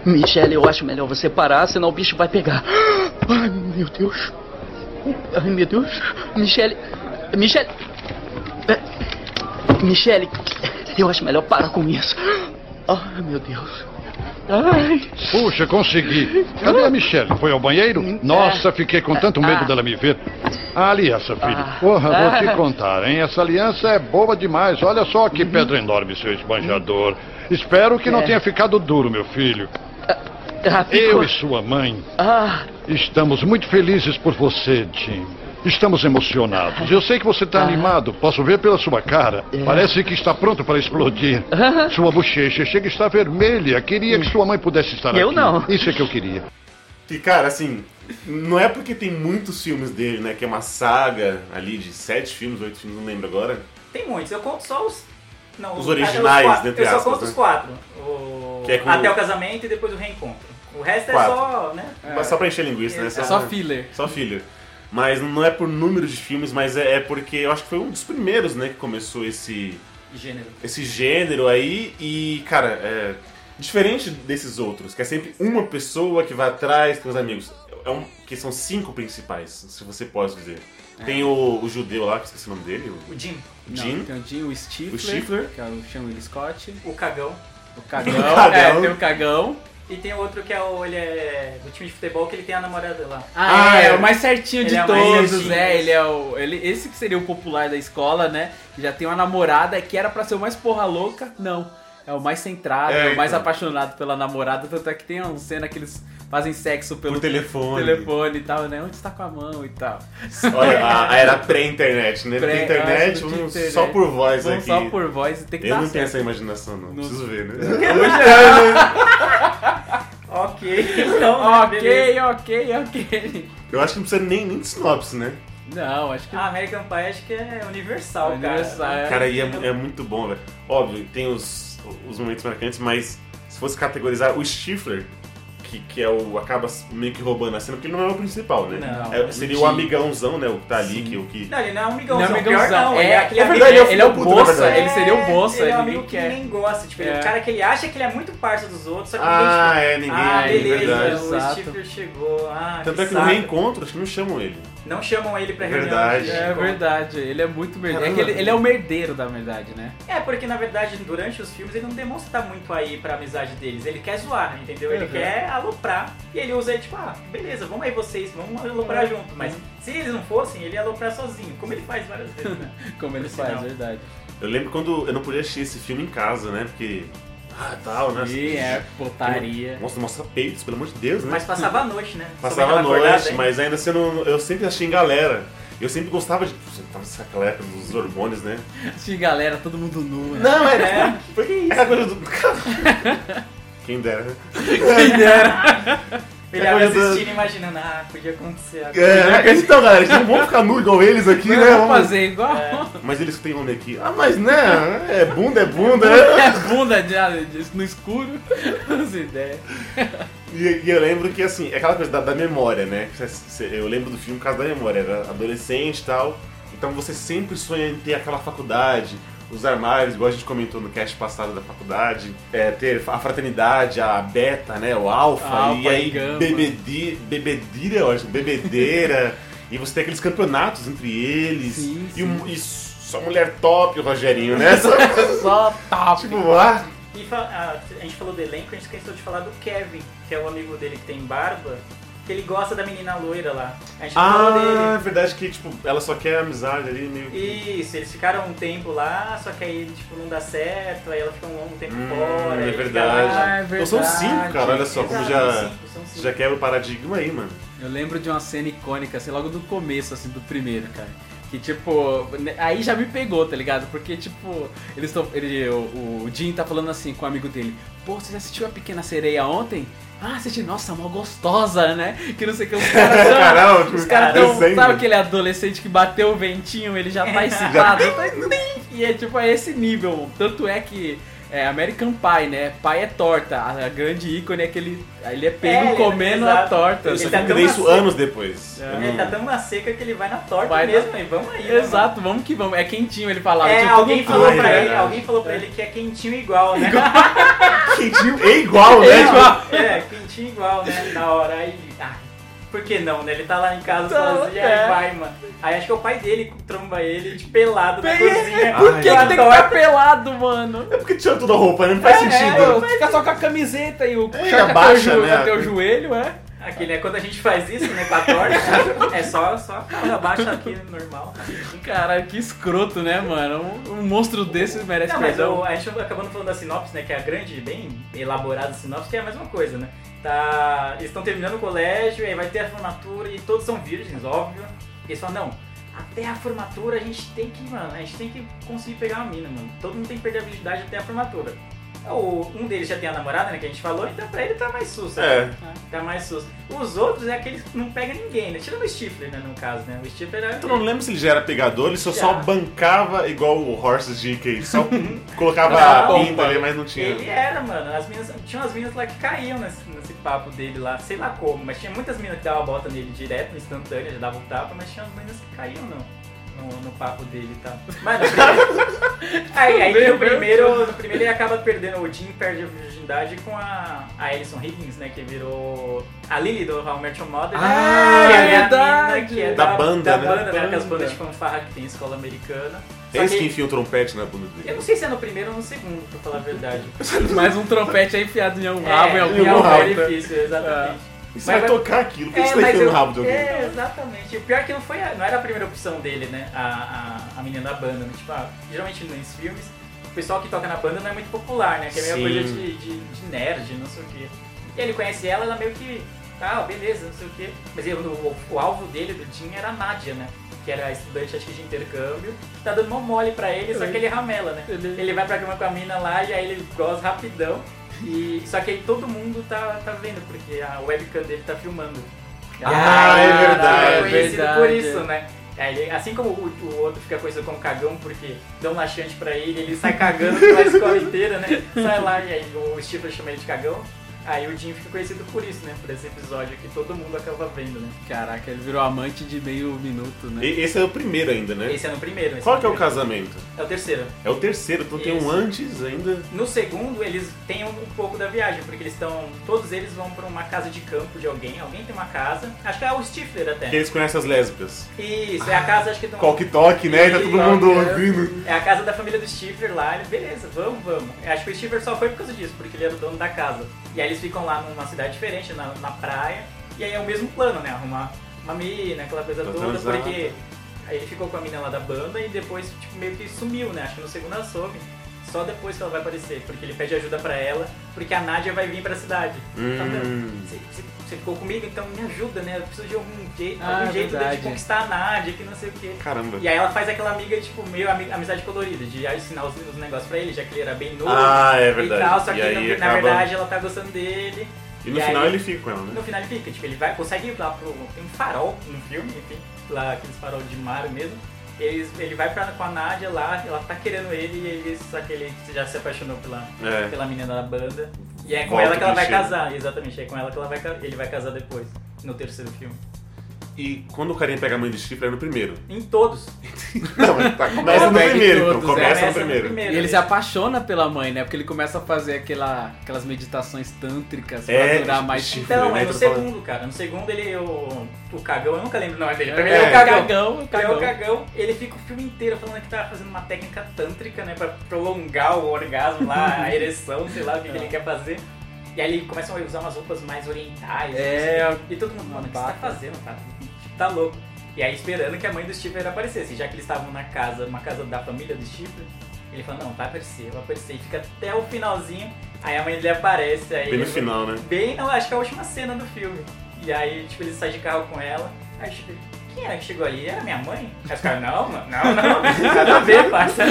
Speaker 9: Michele, eu acho melhor você parar, senão o bicho vai pegar. Ai, meu Deus. Ai, meu Deus. Michele. Michele. Eh, Michele, eu acho melhor parar com isso. Ai, meu Deus. Ai.
Speaker 18: Puxa, consegui. Cadê a Michelle? Foi ao banheiro? Nossa, fiquei com tanto
Speaker 9: Ah.
Speaker 18: medo dela me ver. A aliança, filho. Porra, vou te contar, hein? Essa aliança é boa demais. Olha só que pedra enorme, seu esbanjador. Espero que não
Speaker 9: É.
Speaker 18: tenha ficado duro, meu filho.
Speaker 9: Ah, ficou-
Speaker 18: Eu e sua mãe
Speaker 9: Ah,
Speaker 18: estamos muito felizes por você, Tim. Estamos emocionados. Eu sei que você está animado. Posso ver pela sua cara. Parece que está pronto para explodir. Sua bochecha chega a estar vermelha. Queria que sua mãe pudesse estar aqui.
Speaker 2: Eu não.
Speaker 18: Isso é que eu queria.
Speaker 2: Que, cara, assim, não é porque tem muitos filmes dele, né? Que é uma saga ali de sete filmes, oito filmes, não lembro agora.
Speaker 3: Tem muitos, eu conto só os. Não,
Speaker 2: Os originais,
Speaker 3: quatro.
Speaker 2: entre
Speaker 3: Eu só
Speaker 2: aspas,
Speaker 3: conto
Speaker 2: né?
Speaker 3: os quatro. O-
Speaker 2: Que é com-
Speaker 3: Até o casamento e depois o reencontro. O resto
Speaker 2: Quatro.
Speaker 3: é só, né?
Speaker 2: Mas só pra encher linguiça, né?
Speaker 3: É
Speaker 4: só filler.
Speaker 2: Só filler. Mas não é por número de filmes, mas é, é porque eu acho que foi um dos primeiros, né, que começou esse,
Speaker 3: Gênero.
Speaker 2: esse gênero aí. E, cara, é diferente desses outros, que é sempre uma pessoa que vai atrás com os amigos. É um, que são cinco principais, se você pode dizer.
Speaker 4: É.
Speaker 2: Tem o, o judeu lá, que esqueci o nome dele.
Speaker 3: O Jim.
Speaker 2: Jim.
Speaker 4: Não, tem o Jim, o Stifler,
Speaker 2: O Stifler.
Speaker 4: que é o Sean Will Scott,
Speaker 3: O cagão.
Speaker 4: o Cagão,
Speaker 2: O Cagão.
Speaker 4: é, tem o Cagão.
Speaker 3: E tem outro que é o. Ele é do time de futebol que ele tem a namorada lá.
Speaker 4: Ah, é, o mais certinho
Speaker 3: Ele
Speaker 4: de
Speaker 3: é o mais
Speaker 4: todos,
Speaker 3: certinho.
Speaker 4: né? Ele é o. Ele, esse que seria o popular da escola, né? Já tem uma namorada que era pra ser o mais porra louca, não. É o mais centrado,
Speaker 2: É,
Speaker 4: é, o mais
Speaker 2: então.
Speaker 4: apaixonado pela namorada, tanto é que tem uma cena que eles fazem sexo pelo
Speaker 2: Por telefone.
Speaker 4: telefone e tal, né? Onde está com a mão e tal.
Speaker 2: Olha, a, a era pré-internet, né?
Speaker 4: Pré-
Speaker 2: Pré-internet,
Speaker 4: antes do
Speaker 2: vamos
Speaker 4: internet.
Speaker 2: só por voz
Speaker 4: Vamos
Speaker 2: aqui.
Speaker 4: só por voz e tem que
Speaker 2: Eu
Speaker 4: dar
Speaker 2: não tenho
Speaker 4: certo.
Speaker 2: essa imaginação, não.
Speaker 4: Não-
Speaker 2: Preciso ver, né?
Speaker 3: Ok, então. né,
Speaker 4: ok,
Speaker 3: beleza.
Speaker 4: ok, ok.
Speaker 2: Eu acho que não precisa nem, nem de sinopse, né?
Speaker 4: Não, acho que.
Speaker 3: A American Pie acho que é universal,
Speaker 4: É
Speaker 3: Ah, cara.
Speaker 4: universal, é.
Speaker 2: Cara, e é, mu- é muito bom, velho. Óbvio, tem os, os momentos marcantes, mas se fosse categorizar o Stifler, que, que é o. acaba meio que roubando a cena, porque ele não é o principal, né?
Speaker 3: Não.
Speaker 2: É- seria o
Speaker 4: Sim.
Speaker 2: amigãozão, né? O que tá ali, que o que.
Speaker 3: Não, ele não é um amigãozão.
Speaker 4: Não é
Speaker 3: Pior
Speaker 4: amigãozão,
Speaker 3: não, ele
Speaker 4: é-
Speaker 3: aquele
Speaker 4: é
Speaker 3: amigo-
Speaker 4: verdade, ele é o
Speaker 3: filho da
Speaker 4: boça,
Speaker 3: puta, na verdade.
Speaker 4: ele seria o
Speaker 3: Ele
Speaker 4: boça,
Speaker 3: é um
Speaker 4: ele
Speaker 3: amigo que
Speaker 4: quer.
Speaker 3: nem gosta, tipo, ele é
Speaker 4: É.
Speaker 3: o cara que ele acha que ele é muito parça dos outros, só que
Speaker 2: Ah,
Speaker 3: ninguém...
Speaker 2: é, ninguém-
Speaker 3: Ah,
Speaker 2: é,
Speaker 3: beleza,
Speaker 2: verdade.
Speaker 3: o
Speaker 4: Exato.
Speaker 3: Stifler chegou, ah,
Speaker 2: Tanto é que no
Speaker 3: saco.
Speaker 2: reencontro, acho que não chamam ele.
Speaker 3: Não chamam ele pra
Speaker 2: Verdade.
Speaker 3: reunião. de
Speaker 4: É
Speaker 3: reencontro.
Speaker 4: verdade, ele é muito merdeiro. É
Speaker 2: Caramba.
Speaker 4: que ele, ele é o merdeiro da verdade, né?
Speaker 3: É, porque na verdade, durante os filmes, ele não demonstra muito aí pra amizade deles. Ele quer zoar, né, entendeu? Ele
Speaker 4: Uhum.
Speaker 3: quer aloprar. E ele usa aí, tipo, ah, beleza, vamos aí vocês, vamos
Speaker 4: É.
Speaker 3: aloprar junto. Mas se eles não fossem, ele ia aloprar sozinho, como ele faz várias vezes, né?
Speaker 4: Como ele
Speaker 3: Por
Speaker 4: faz, é
Speaker 3: sinal.
Speaker 4: verdade.
Speaker 2: Eu lembro quando eu não podia assistir esse filme em casa, né? Porque. Ah, tal, né?
Speaker 4: E é potaria.
Speaker 2: Nossa, mostra peitos, pelo amor de Deus, né?
Speaker 3: Mas passava a noite, né?
Speaker 2: Passava a
Speaker 3: Sua mãe tava
Speaker 2: noite,
Speaker 3: acordada,
Speaker 2: mas ainda assim eu, não- eu sempre achei em galera. Eu sempre gostava de. Você tava naquela época dos hormônios, né?
Speaker 4: Tinha galera, todo mundo nu. Né?
Speaker 2: Não,
Speaker 3: é,
Speaker 2: é. Por que isso? É a coisa do. Quem dera, né?
Speaker 4: Quem dera.
Speaker 3: Ele
Speaker 2: É
Speaker 3: ia
Speaker 2: coisa da-
Speaker 3: assistindo, imaginando, ah, podia acontecer agora.
Speaker 2: É, então, galera, eles não vão ficar nu igual eles aqui, né?
Speaker 4: Vamos
Speaker 2: Vamos-
Speaker 4: fazer igual.
Speaker 2: Mas eles têm homem aqui. Ah, mas né? É bunda, é bunda.
Speaker 4: É bunda de, de- no escuro. As ideias.
Speaker 2: E, e eu lembro que, assim, é aquela coisa da, da memória, né? Cê- cê- Eu lembro do filme por causa da memória, era adolescente e tal. Então você sempre sonha em ter aquela faculdade, os armários, igual a gente comentou no cast passado da faculdade, é, ter a fraternidade, a beta, né, o alfa,
Speaker 4: Alfa
Speaker 2: e aí
Speaker 4: e gama.
Speaker 2: bebedi, bebedira, eu acho, bebedeira, e você tem aqueles campeonatos entre eles, e, um- e só mulher top, o Rogerinho, né?
Speaker 3: Só
Speaker 2: top. Tipo, ah,
Speaker 3: E fa- a, a gente falou do elenco, a gente esqueceu de falar do Kevin, que é o amigo dele que tem barba, que ele gosta da menina loira lá. A gente falou
Speaker 2: ah, é
Speaker 3: dele.
Speaker 2: verdade que, tipo, ela só quer amizade ali, meio que...
Speaker 3: Isso, eles ficaram um tempo lá, só que aí tipo, não dá certo, aí ela fica um longo tempo
Speaker 2: Hum,
Speaker 3: fora.
Speaker 2: é
Speaker 3: aí fica
Speaker 2: verdade.
Speaker 3: lá.
Speaker 2: Então são cinco, cara. Olha só como
Speaker 3: Exato,
Speaker 2: já,
Speaker 3: são cinco, são cinco.
Speaker 2: já quebra o paradigma aí, mano.
Speaker 4: Eu lembro de uma cena icônica, assim, logo do começo, assim, do primeiro, cara. Que, tipo, né, aí já me pegou, tá ligado? Porque, tipo, eles estão. Ele, o, o Jim tá falando assim com o amigo dele: Pô, você já assistiu a Pequena Sereia ontem? Ah, assisti, nossa, mó gostosa, né? Que não sei o que, os caras tão.
Speaker 2: Caralho,
Speaker 4: os caras
Speaker 2: cara,
Speaker 4: tão.
Speaker 2: desenho.
Speaker 4: Sabe aquele adolescente que bateu o ventinho, ele já tá excitado? tá- e é tipo, é esse nível. Tanto é que. É American Pie, né? Pai é torta. A a grande ícone é que ele, ele é pego
Speaker 3: É, ele-
Speaker 4: comendo a
Speaker 3: exato.
Speaker 4: torta.
Speaker 2: Eu
Speaker 3: Ele
Speaker 2: só
Speaker 3: tá
Speaker 2: encontrei
Speaker 3: tão
Speaker 2: isso
Speaker 3: macio.
Speaker 2: anos depois. Eu
Speaker 3: Ele tá
Speaker 2: não-
Speaker 3: tão na seca que ele vai na torta
Speaker 4: Vai
Speaker 3: mesmo,
Speaker 4: na-
Speaker 3: e vamos aí. né, mano?
Speaker 4: Exato, vamos que vamos. É quentinho, ele falava.
Speaker 3: É,
Speaker 4: Tinha todo
Speaker 3: alguém
Speaker 4: mundo-
Speaker 3: falou,
Speaker 4: Ah,
Speaker 3: pra
Speaker 4: é.
Speaker 3: ele, alguém falou pra ele que é quentinho igual, né?
Speaker 2: Quentinho é igual, né?
Speaker 3: É,
Speaker 2: Igual.
Speaker 4: tipo,
Speaker 3: É, quentinho igual, né? Na hora aí. Ah, por que não, né? Ele tá lá em casa
Speaker 4: Então,
Speaker 3: sozinho,
Speaker 4: é.
Speaker 3: aí vai, mano. Aí acho que é o pai dele que tromba ele de pelado na
Speaker 4: Bem, é,
Speaker 3: cozinha.
Speaker 4: né? Por que, que
Speaker 3: com a
Speaker 4: tem que
Speaker 3: torta.
Speaker 4: estar pelado, mano?
Speaker 2: É porque tirou toda a roupa, né? Não faz sentido.
Speaker 4: É, fica só com a camiseta e o
Speaker 2: Ele
Speaker 4: short
Speaker 2: abaixa,
Speaker 4: até o, joelho,
Speaker 2: né?
Speaker 4: até o joelho, é.
Speaker 3: Aquele é quando a gente faz isso, né? Com a torta, é só, só a calça baixa aqui, normal.
Speaker 4: Caralho, que escroto, né, mano? Um, um monstro desse merece
Speaker 3: Não, mas
Speaker 4: perdão.
Speaker 3: eu, a gente acabando falando da sinopse, né? Que é a grande, bem elaborada sinopse, que é a mesma coisa, né? Tá, eles estão terminando o colégio, aí vai ter a formatura e todos são virgens, óbvio. E eles falam, não, até a formatura a gente tem que, mano, a gente tem que conseguir pegar uma mina, mano. Todo mundo tem que perder a virgindade até a formatura. O, um deles já tem a namorada, né, que a gente falou, então pra ele tá mais susto.
Speaker 2: É.
Speaker 3: né? Tá mais susto. Os outros é aqueles que não pegam ninguém, né? Tirando o Stifler, né, no caso, né? O Stifler era...
Speaker 2: Então, Eu não lembro se ele já era pegador, ele só,
Speaker 3: Já.
Speaker 2: só bancava igual o Horses GK. Ele Só colocava
Speaker 3: Não,
Speaker 2: a
Speaker 3: bom,
Speaker 2: pinta ali, mas não tinha.
Speaker 3: Ele era, mano. As minas, tinha umas minas lá que caíam nesse, nesse papo dele lá, sei lá como, mas tinha muitas minas que davam a bota nele direto, instantânea, já davam um tapa, mas tinha umas minas que caíam não. No, no papo dele e tal. Mano, aí, aí no, primeiro, no primeiro ele acaba perdendo o Jim, perde a virgindade com a, a Alison Higgins, né? Que virou a Lily do How I Met Your Mother. né,
Speaker 4: Ah,
Speaker 3: que
Speaker 4: é
Speaker 3: a
Speaker 4: verdade.
Speaker 3: que é
Speaker 2: Da banda,
Speaker 3: da
Speaker 2: né?
Speaker 3: banda, né? Aquelas
Speaker 4: Banda.
Speaker 3: bandas de fanfarra que tem em escola americana. Só
Speaker 2: É esse
Speaker 3: que-
Speaker 2: que enfia o trompete né, na bunda dele.
Speaker 3: eu não sei se é no primeiro ou no segundo, pra falar a verdade.
Speaker 4: Mais um trompete aí enfiado em um rabo em algum
Speaker 2: em um
Speaker 4: lugar.
Speaker 2: rabo.
Speaker 3: é difícil, exatamente.
Speaker 2: E Você vai tocar aquilo, por que você tá
Speaker 3: É, mas
Speaker 2: enfiando
Speaker 3: eu-
Speaker 2: no rabo de alguém?
Speaker 3: É, exatamente. O pior é que não, foi a- não era a primeira opção dele, né? A, a, a menina da banda, né? Tipo, ah, geralmente nos filmes, o pessoal que toca na banda não é muito popular, né? Que é meio
Speaker 2: Sim.
Speaker 3: coisa de, de, de nerd, não sei o quê. E ele conhece ela, ela meio que. Ah, beleza, não sei o quê. Mas ele- o, o alvo dele, do Jim, era a Nádia, né? Que era estudante, acho que de intercâmbio, que tá dando mó mole pra ele, só que ele ramela, né?
Speaker 4: Ele-
Speaker 3: Ele vai pra cama com a mina lá e aí ele goza rapidão. E, só que aí todo mundo tá, tá vendo, porque a webcam dele tá filmando.
Speaker 2: Ah, é verdade,
Speaker 3: é conhecido
Speaker 4: verdade.
Speaker 3: por isso, né? Aí ele- assim como o, o outro fica conhecido como cagão, porque dão laxante pra ele, ele sai cagando pela escola inteira, né? Sai lá e aí o Stifler chama ele de cagão. Aí o Jim fica conhecido por isso, né? Por esse episódio que todo mundo acaba vendo, né?
Speaker 4: Caraca, ele virou amante de meio minuto, né?
Speaker 2: E- Esse é o primeiro ainda, né?
Speaker 3: Esse é no primeiro. esse
Speaker 2: Qual que é o
Speaker 3: no primeiro.
Speaker 2: casamento?
Speaker 3: É o terceiro.
Speaker 2: É o terceiro, então tem
Speaker 3: Esse.
Speaker 2: um antes ainda.
Speaker 3: No segundo, eles têm um, um pouco da viagem, porque eles estão. Todos eles vão pra uma casa de campo de alguém, alguém tem uma casa. Acho que é o Stifler até.
Speaker 2: Que eles conhecem as lésbicas.
Speaker 3: Isso, é a casa, acho que estão.
Speaker 2: Qual que toque, né? Tá
Speaker 3: Ih,
Speaker 2: todo mundo
Speaker 3: qual que é?
Speaker 2: ouvindo.
Speaker 3: É a casa da família do Stifler lá, ele, beleza, vamos, vvamos. Eu Acho que o Stifler só foi por causa disso, porque ele era o dono da casa. E aí eles ficam lá numa cidade diferente, na, na praia, e aí é o mesmo plano, né? Arrumar uma mina, aquela coisa
Speaker 2: Pra
Speaker 3: toda,
Speaker 2: transar.
Speaker 3: porque aí ele ficou com a mina lá da banda e depois tipo, meio que sumiu, né? Acho que no segundo assobe. Só depois que ela vai aparecer, porque ele pede ajuda pra ela, porque a Nádia vai vir pra cidade.
Speaker 2: Hum.
Speaker 3: Fala, "Meu, você- Você você ficou comigo, então me ajuda, né? Eu preciso de algum jeito,
Speaker 4: Ah,
Speaker 3: algum jeito de
Speaker 4: verdade.
Speaker 3: conquistar a Nádia, que não sei o quê.
Speaker 2: Caramba.
Speaker 3: E aí ela faz aquela amiga, tipo, meio ami- amizade colorida, de ah, ensinar os, os negócios pra ele, já que ele era bem novo.
Speaker 2: Ah, é
Speaker 3: E tal,
Speaker 2: verdade.
Speaker 3: só que
Speaker 2: E
Speaker 3: na,
Speaker 2: aí
Speaker 3: na
Speaker 2: acaba-
Speaker 3: verdade ela tá gostando dele.
Speaker 2: E no
Speaker 3: e
Speaker 2: final
Speaker 3: aí-
Speaker 2: ele fica com ela, né?
Speaker 3: No final ele fica, tipo, ele vai, consegue ir lá pro. Tem um farol no filme, enfim, lá aqueles farol de mar mesmo. Eles, ele vai pra, com a Nádia lá, ela tá querendo ele, e ele, só que ele já se apaixonou pela,
Speaker 2: É.
Speaker 3: pela menina da banda. E é com
Speaker 2: Volta
Speaker 3: ela que ela vai
Speaker 2: clichê. né?
Speaker 3: casar, exatamente, é com ela que ela vai, ca- ele vai casar depois, no terceiro filme.
Speaker 2: E quando o carinha pega a mãe de chifre, é no primeiro.
Speaker 3: Em todos.
Speaker 2: Não, mas tá, começa no
Speaker 4: Pega em
Speaker 2: primeiro, então.
Speaker 4: todos,
Speaker 2: Começa
Speaker 4: é.
Speaker 2: no primeiro.
Speaker 4: E ele se apaixona pela mãe, né? Porque ele começa a fazer aquela, aquelas meditações tântricas pra
Speaker 2: É,
Speaker 4: durar mais
Speaker 2: chifre,
Speaker 3: Então,
Speaker 2: né,
Speaker 3: mas no
Speaker 2: que eu tô
Speaker 3: segundo, cara. No segundo ele, o, o cagão, eu nunca lembro o nome dele.
Speaker 4: É,
Speaker 3: Pra mim ele é o
Speaker 4: é.
Speaker 3: cagão.
Speaker 4: Cagão, o
Speaker 3: Ele é o
Speaker 4: cagão.
Speaker 3: cagão. Ele fica o filme inteiro falando que tá fazendo uma técnica tântrica, né? Pra prolongar o orgasmo lá, a ereção, sei lá o que, que ele quer fazer. E aí ele começa a usar umas roupas mais orientais.
Speaker 4: É,
Speaker 3: não sei o quê. e todo mundo, mano, o que você tá fazendo, cara? Tá louco. E aí esperando que a mãe do Stifler aparecesse, já que eles estavam na casa, uma casa da família do Stifler. Ele fala, não, vai aparecer, vai aparecer. E fica até o finalzinho, aí a mãe dele aparece. Aí
Speaker 2: Bem no
Speaker 3: ele-
Speaker 2: final, né?
Speaker 3: Bem, eu acho que é a última cena do filme. E aí, tipo, ele sai de carro com ela. Aí, tipo, quem era que chegou ali? Era minha mãe? Aí os caras, não, mano, não, não, nada a ver, parça.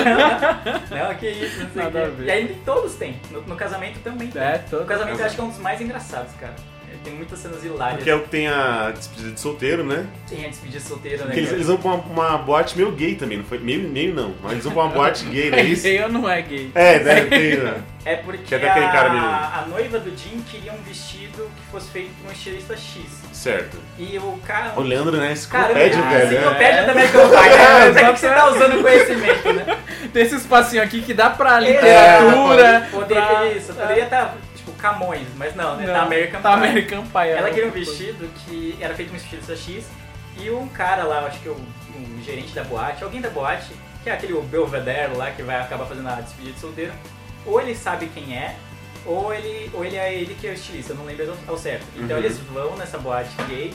Speaker 3: Não, não, que isso, não sei o
Speaker 4: Nada a
Speaker 3: quê.
Speaker 4: ver.
Speaker 3: E aí todos têm. No, no casamento também tem.
Speaker 4: É, todo-
Speaker 3: no casamento eu
Speaker 4: casam-
Speaker 3: acho que é um dos mais engraçados, cara. É, Tem muitas cenas hilárias.
Speaker 2: Porque é o que tem a despedida de solteiro, né?
Speaker 3: Tem a despedida solteira, né?
Speaker 2: Porque eles,
Speaker 3: cara?
Speaker 2: eles vão pra uma, uma boate meio gay também, não foi? Meio, meio não. Mas eles vão pra uma boate gay, não é isso?
Speaker 4: Gay ou não é gay?
Speaker 2: É, né? Tem, né?
Speaker 3: É porque
Speaker 2: Que é daquele
Speaker 3: a,
Speaker 2: cara meio...
Speaker 3: a noiva do Jim queria um vestido que fosse feito por um estilista X.
Speaker 2: Certo.
Speaker 3: E o cara.
Speaker 2: O Leandro, né?
Speaker 3: Caramba,
Speaker 2: Enciclopédia,
Speaker 3: a
Speaker 2: velho.
Speaker 3: enciclopédia
Speaker 2: É.
Speaker 3: da American Pie, cara. Até que você tá usando conhecimento, né?
Speaker 4: Tem esse espacinho aqui que dá pra
Speaker 3: É,
Speaker 4: literatura.
Speaker 3: poderia,
Speaker 4: pra-
Speaker 3: isso, poderia estar, tipo, Camões, mas não, né?
Speaker 4: Não,
Speaker 3: tá American
Speaker 4: tá
Speaker 3: Pie.
Speaker 4: American Pie, é
Speaker 3: Ela queria um
Speaker 4: outra coisa.
Speaker 3: vestido que era feito com estilista X e um cara lá, eu acho que o um gerente da boate, alguém da boate, que é aquele Belvedere lá que vai acabar fazendo a despedida de solteiro, ou ele sabe quem é, ou ele, ou ele é ele que é o estilista, eu não lembro ao- ao certo. Então
Speaker 2: Uhum.
Speaker 3: eles vão nessa boate gay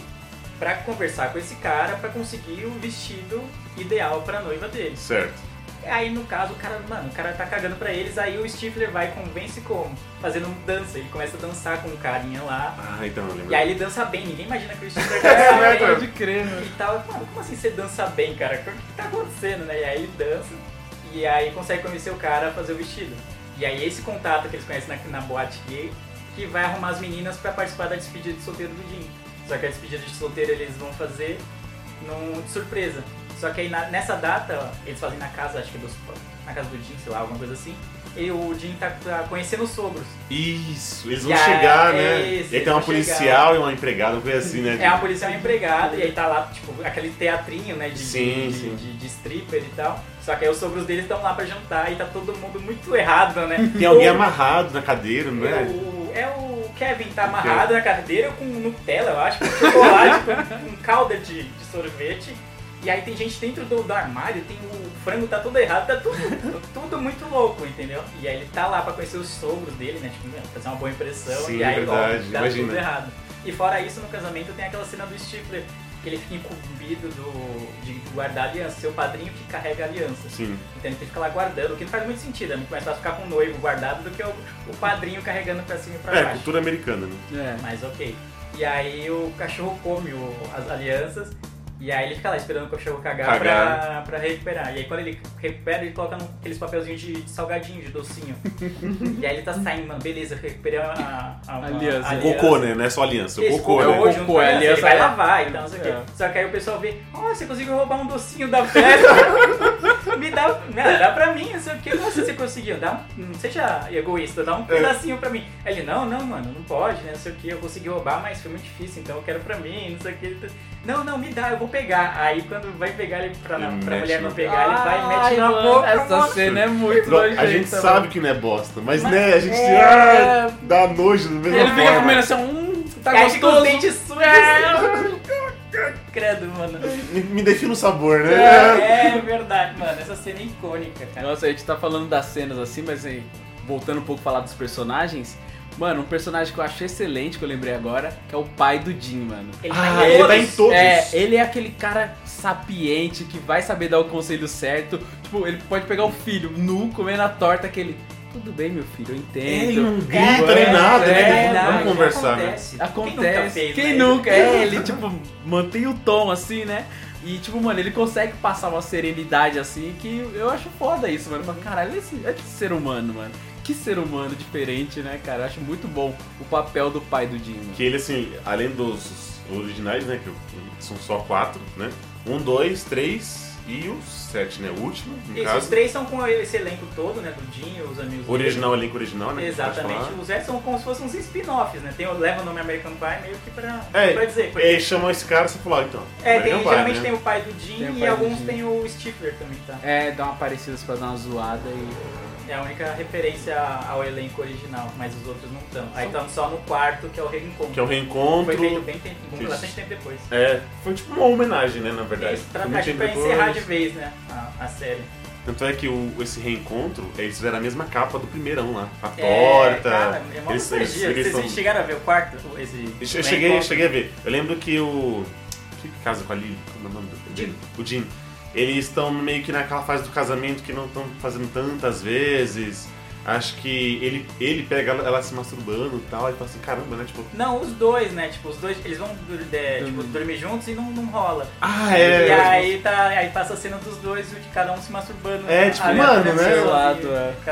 Speaker 3: pra conversar com esse cara pra conseguir o vestido ideal pra noiva dele.
Speaker 2: Certo.
Speaker 3: Aí no caso o cara, mano, o cara tá cagando pra eles, aí o Stifler vai e convence como? Fazendo um dança, ele começa a dançar com o carinha lá.
Speaker 2: Ah, então, eu lembro.
Speaker 3: E aí ele dança bem, ninguém imagina que o Stifler
Speaker 2: É,
Speaker 3: dança
Speaker 2: pode
Speaker 3: bem.
Speaker 4: crer,
Speaker 3: E tal, mano, como assim você dança bem, cara? O que tá acontecendo, né? E aí ele dança e aí consegue convencer o cara a fazer o vestido. E aí esse contato que eles conhecem na, na boate gay, que vai arrumar as meninas pra participar da despedida de solteiro do Jim. Só que a despedida de solteiro eles vão fazer num, de surpresa. Só que aí na- nessa data, ó, eles fazem na casa, acho que dos, na casa do Jim, sei lá, alguma coisa assim. E o Jim tá, tá conhecendo os sogros.
Speaker 2: Isso, eles vão
Speaker 3: E aí,
Speaker 2: chegar, né?
Speaker 3: isso,
Speaker 2: e aí
Speaker 3: eles
Speaker 2: tem uma
Speaker 3: vão chegar.
Speaker 2: policial e uma empregada, uma coisa assim, né?
Speaker 3: É uma policial empregada, e aí tá lá, tipo, aquele teatrinho, né? De,
Speaker 2: Sim,
Speaker 3: de,
Speaker 2: sim.
Speaker 3: de- de stripper e tal. Só que aí os sogros deles estão lá pra jantar e tá todo mundo muito errado, né?
Speaker 2: Tem alguém
Speaker 3: O-
Speaker 2: amarrado na cadeira, não
Speaker 3: é
Speaker 2: é?
Speaker 3: o, é o Kevin, tá amarrado na cadeira com Nutella, eu acho, com chocolate, com, com calda de, de sorvete. E aí tem gente dentro do, do armário, tem o frango tá tudo errado, tá tudo, tudo muito louco, entendeu? E aí ele tá lá pra conhecer os sogros dele, né? Tipo, meu, fazer uma boa impressão.
Speaker 2: Sim,
Speaker 3: e aí,
Speaker 2: verdade,
Speaker 3: óbvio, tá
Speaker 2: imagina.
Speaker 3: tudo errado. E fora isso, no casamento tem aquela cena do Stifler, que ele fica incumbido do, de guardar a aliança, seu padrinho que carrega a aliança.
Speaker 2: Sim.
Speaker 3: Então ele tem que ficar lá guardando, o que não faz muito sentido, é muito mais fácil ficar com o noivo guardado do que o, o padrinho carregando pra cima e pra
Speaker 2: É,
Speaker 3: baixo.
Speaker 2: cultura americana, né?
Speaker 3: Mas ok. E aí o cachorro come o- as alianças, e aí ele fica lá esperando o cachorro cagar, pra,
Speaker 2: Cagar.
Speaker 3: pra recuperar. E aí quando ele recupera, ele coloca naqueles papelzinhos de, de salgadinho, de docinho. e aí ele tá saindo, mano, beleza, recuperei a, a, a
Speaker 2: O cocô, né? Não é só aliança. O
Speaker 3: Esse é
Speaker 2: cocô, né?
Speaker 3: junto
Speaker 4: é,
Speaker 3: com a aliança, ele vai lavar e tal, não sei o quê. Só que aí o pessoal vê, ó, você conseguiu roubar um docinho da festa. Me dá, né, dá pra mim, não sei o quê. Como assim você conseguiu? Dá, um- não seja egoísta, dá um pedacinho pra mim. Aí ele, não, não, mano, não pode, né, não sei o quê. Eu consegui roubar, mas foi muito difícil, então eu quero pra mim, não sei o quê. Não, não, me dá, eu vou pegar. Aí quando vai pegar ele pra,
Speaker 2: Ele
Speaker 3: pra
Speaker 2: mete
Speaker 3: mulher não
Speaker 2: no-
Speaker 3: pegar, ele vai e
Speaker 4: Ai,
Speaker 3: mete na
Speaker 4: mano,
Speaker 3: boca.
Speaker 4: essa
Speaker 3: mano.
Speaker 4: cena é muito nojenta,
Speaker 2: A gente
Speaker 4: mano.
Speaker 2: sabe que não é bosta, mas, né, a gente
Speaker 4: É.
Speaker 2: ah, dá nojo do mesmo
Speaker 4: Ele fica
Speaker 2: forma.
Speaker 4: comendo assim, hum, tá
Speaker 3: E aí fica
Speaker 4: gostoso.
Speaker 3: os dentes sujos. Credo, mano.
Speaker 2: Me, me defina o sabor, né?
Speaker 3: É, é verdade, mano. Essa cena é icônica, cara.
Speaker 4: Nossa, a gente tá falando das cenas assim, mas hein, voltando um pouco a falar dos personagens. Mano, um personagem que eu acho excelente, que eu lembrei agora, que é o pai do Jim, mano.
Speaker 3: Ele
Speaker 2: Ah,
Speaker 3: tá em todos.
Speaker 4: Ah, É, ele é aquele cara sapiente que vai saber dar o conselho certo. Tipo, ele pode pegar o filho nu, comendo a torta, aquele. Tudo bem, meu filho, eu entendo. é,
Speaker 2: É, ele não
Speaker 3: tá
Speaker 2: grita nem nada, né?
Speaker 3: É,
Speaker 2: Vamos conversar, né?
Speaker 4: Acontece.
Speaker 3: Quem nunca fez,
Speaker 4: Quem
Speaker 3: né?
Speaker 4: nunca? É, ele, tipo, mantém o tom assim, né? E, tipo, mano, ele consegue passar uma serenidade assim que eu acho foda isso, mano. Eu falo, caralho, esse, olha que ser humano, mano. Que ser humano diferente, né, cara? Eu acho muito bom o papel do pai do Dino.
Speaker 2: Que ele, assim, além dos originais, né? Que são só quatro, né? Um, dois, três e o sete, né? O último, no
Speaker 3: Isso, os
Speaker 2: caso.
Speaker 3: três são com esse elenco todo, né? Do Dinho, os amigos.
Speaker 2: O original, elenco original, né? que a gente pode
Speaker 3: Exatamente.
Speaker 2: falar.
Speaker 3: Os restos são como se fossem uns spin-offs, né? Tem, o- leva o nome American Pie meio que pra,
Speaker 2: É,
Speaker 3: pra dizer. porque-
Speaker 2: e aí chamam esse cara e você fala, ah, então.
Speaker 3: É, tem,
Speaker 2: American Pie,
Speaker 3: geralmente
Speaker 2: né?
Speaker 3: tem o pai do
Speaker 4: Tem o
Speaker 3: Jim e
Speaker 4: pai do
Speaker 3: alguns
Speaker 4: Jim.
Speaker 3: tem o Stifler também, tá?
Speaker 4: É, dá uma parecida pra dar uma zoada e.
Speaker 3: É a única referência ao elenco original, mas os outros não estão. Aí estão só no quarto, que é o reencontro.
Speaker 2: Que é o reencontro.
Speaker 3: Foi feito bem tempo, um
Speaker 2: Que-
Speaker 3: bastante tempo depois.
Speaker 2: É, foi tipo uma homenagem, né, na verdade.
Speaker 3: Pra,
Speaker 2: Foi muito
Speaker 3: acho
Speaker 2: tempo
Speaker 3: que pra
Speaker 2: depois.
Speaker 3: encerrar de vez, né, a, a série.
Speaker 2: Tanto é que o- esse reencontro, eles fizeram a mesma capa do primeirão lá. A
Speaker 3: É,
Speaker 2: torta.
Speaker 3: cara, é uma
Speaker 2: eles- eles-
Speaker 3: nostalgia.
Speaker 2: eles
Speaker 3: Vocês
Speaker 2: são-
Speaker 3: chegaram a ver o quarto? Esse
Speaker 2: Eu che- cheguei, cheguei a ver. Eu lembro que o. Que casa com a Lily? Como é o nome do. Jim. O Jim. Eles estão meio que naquela fase do casamento que não estão fazendo tantas vezes. Acho que ele, ele pega ela, ela se masturbando e tal, e fala assim, caramba, né? Tipo.
Speaker 3: Não, os dois, né? Tipo, os dois, eles vão é, tipo, dormir juntos e não, não rola.
Speaker 2: Ah, é,
Speaker 3: E
Speaker 2: é,
Speaker 3: aí, tá, aí passa a cena dos dois, de cada um se masturbando.
Speaker 2: É, tipo,
Speaker 3: ali,
Speaker 2: mano, né?
Speaker 3: e-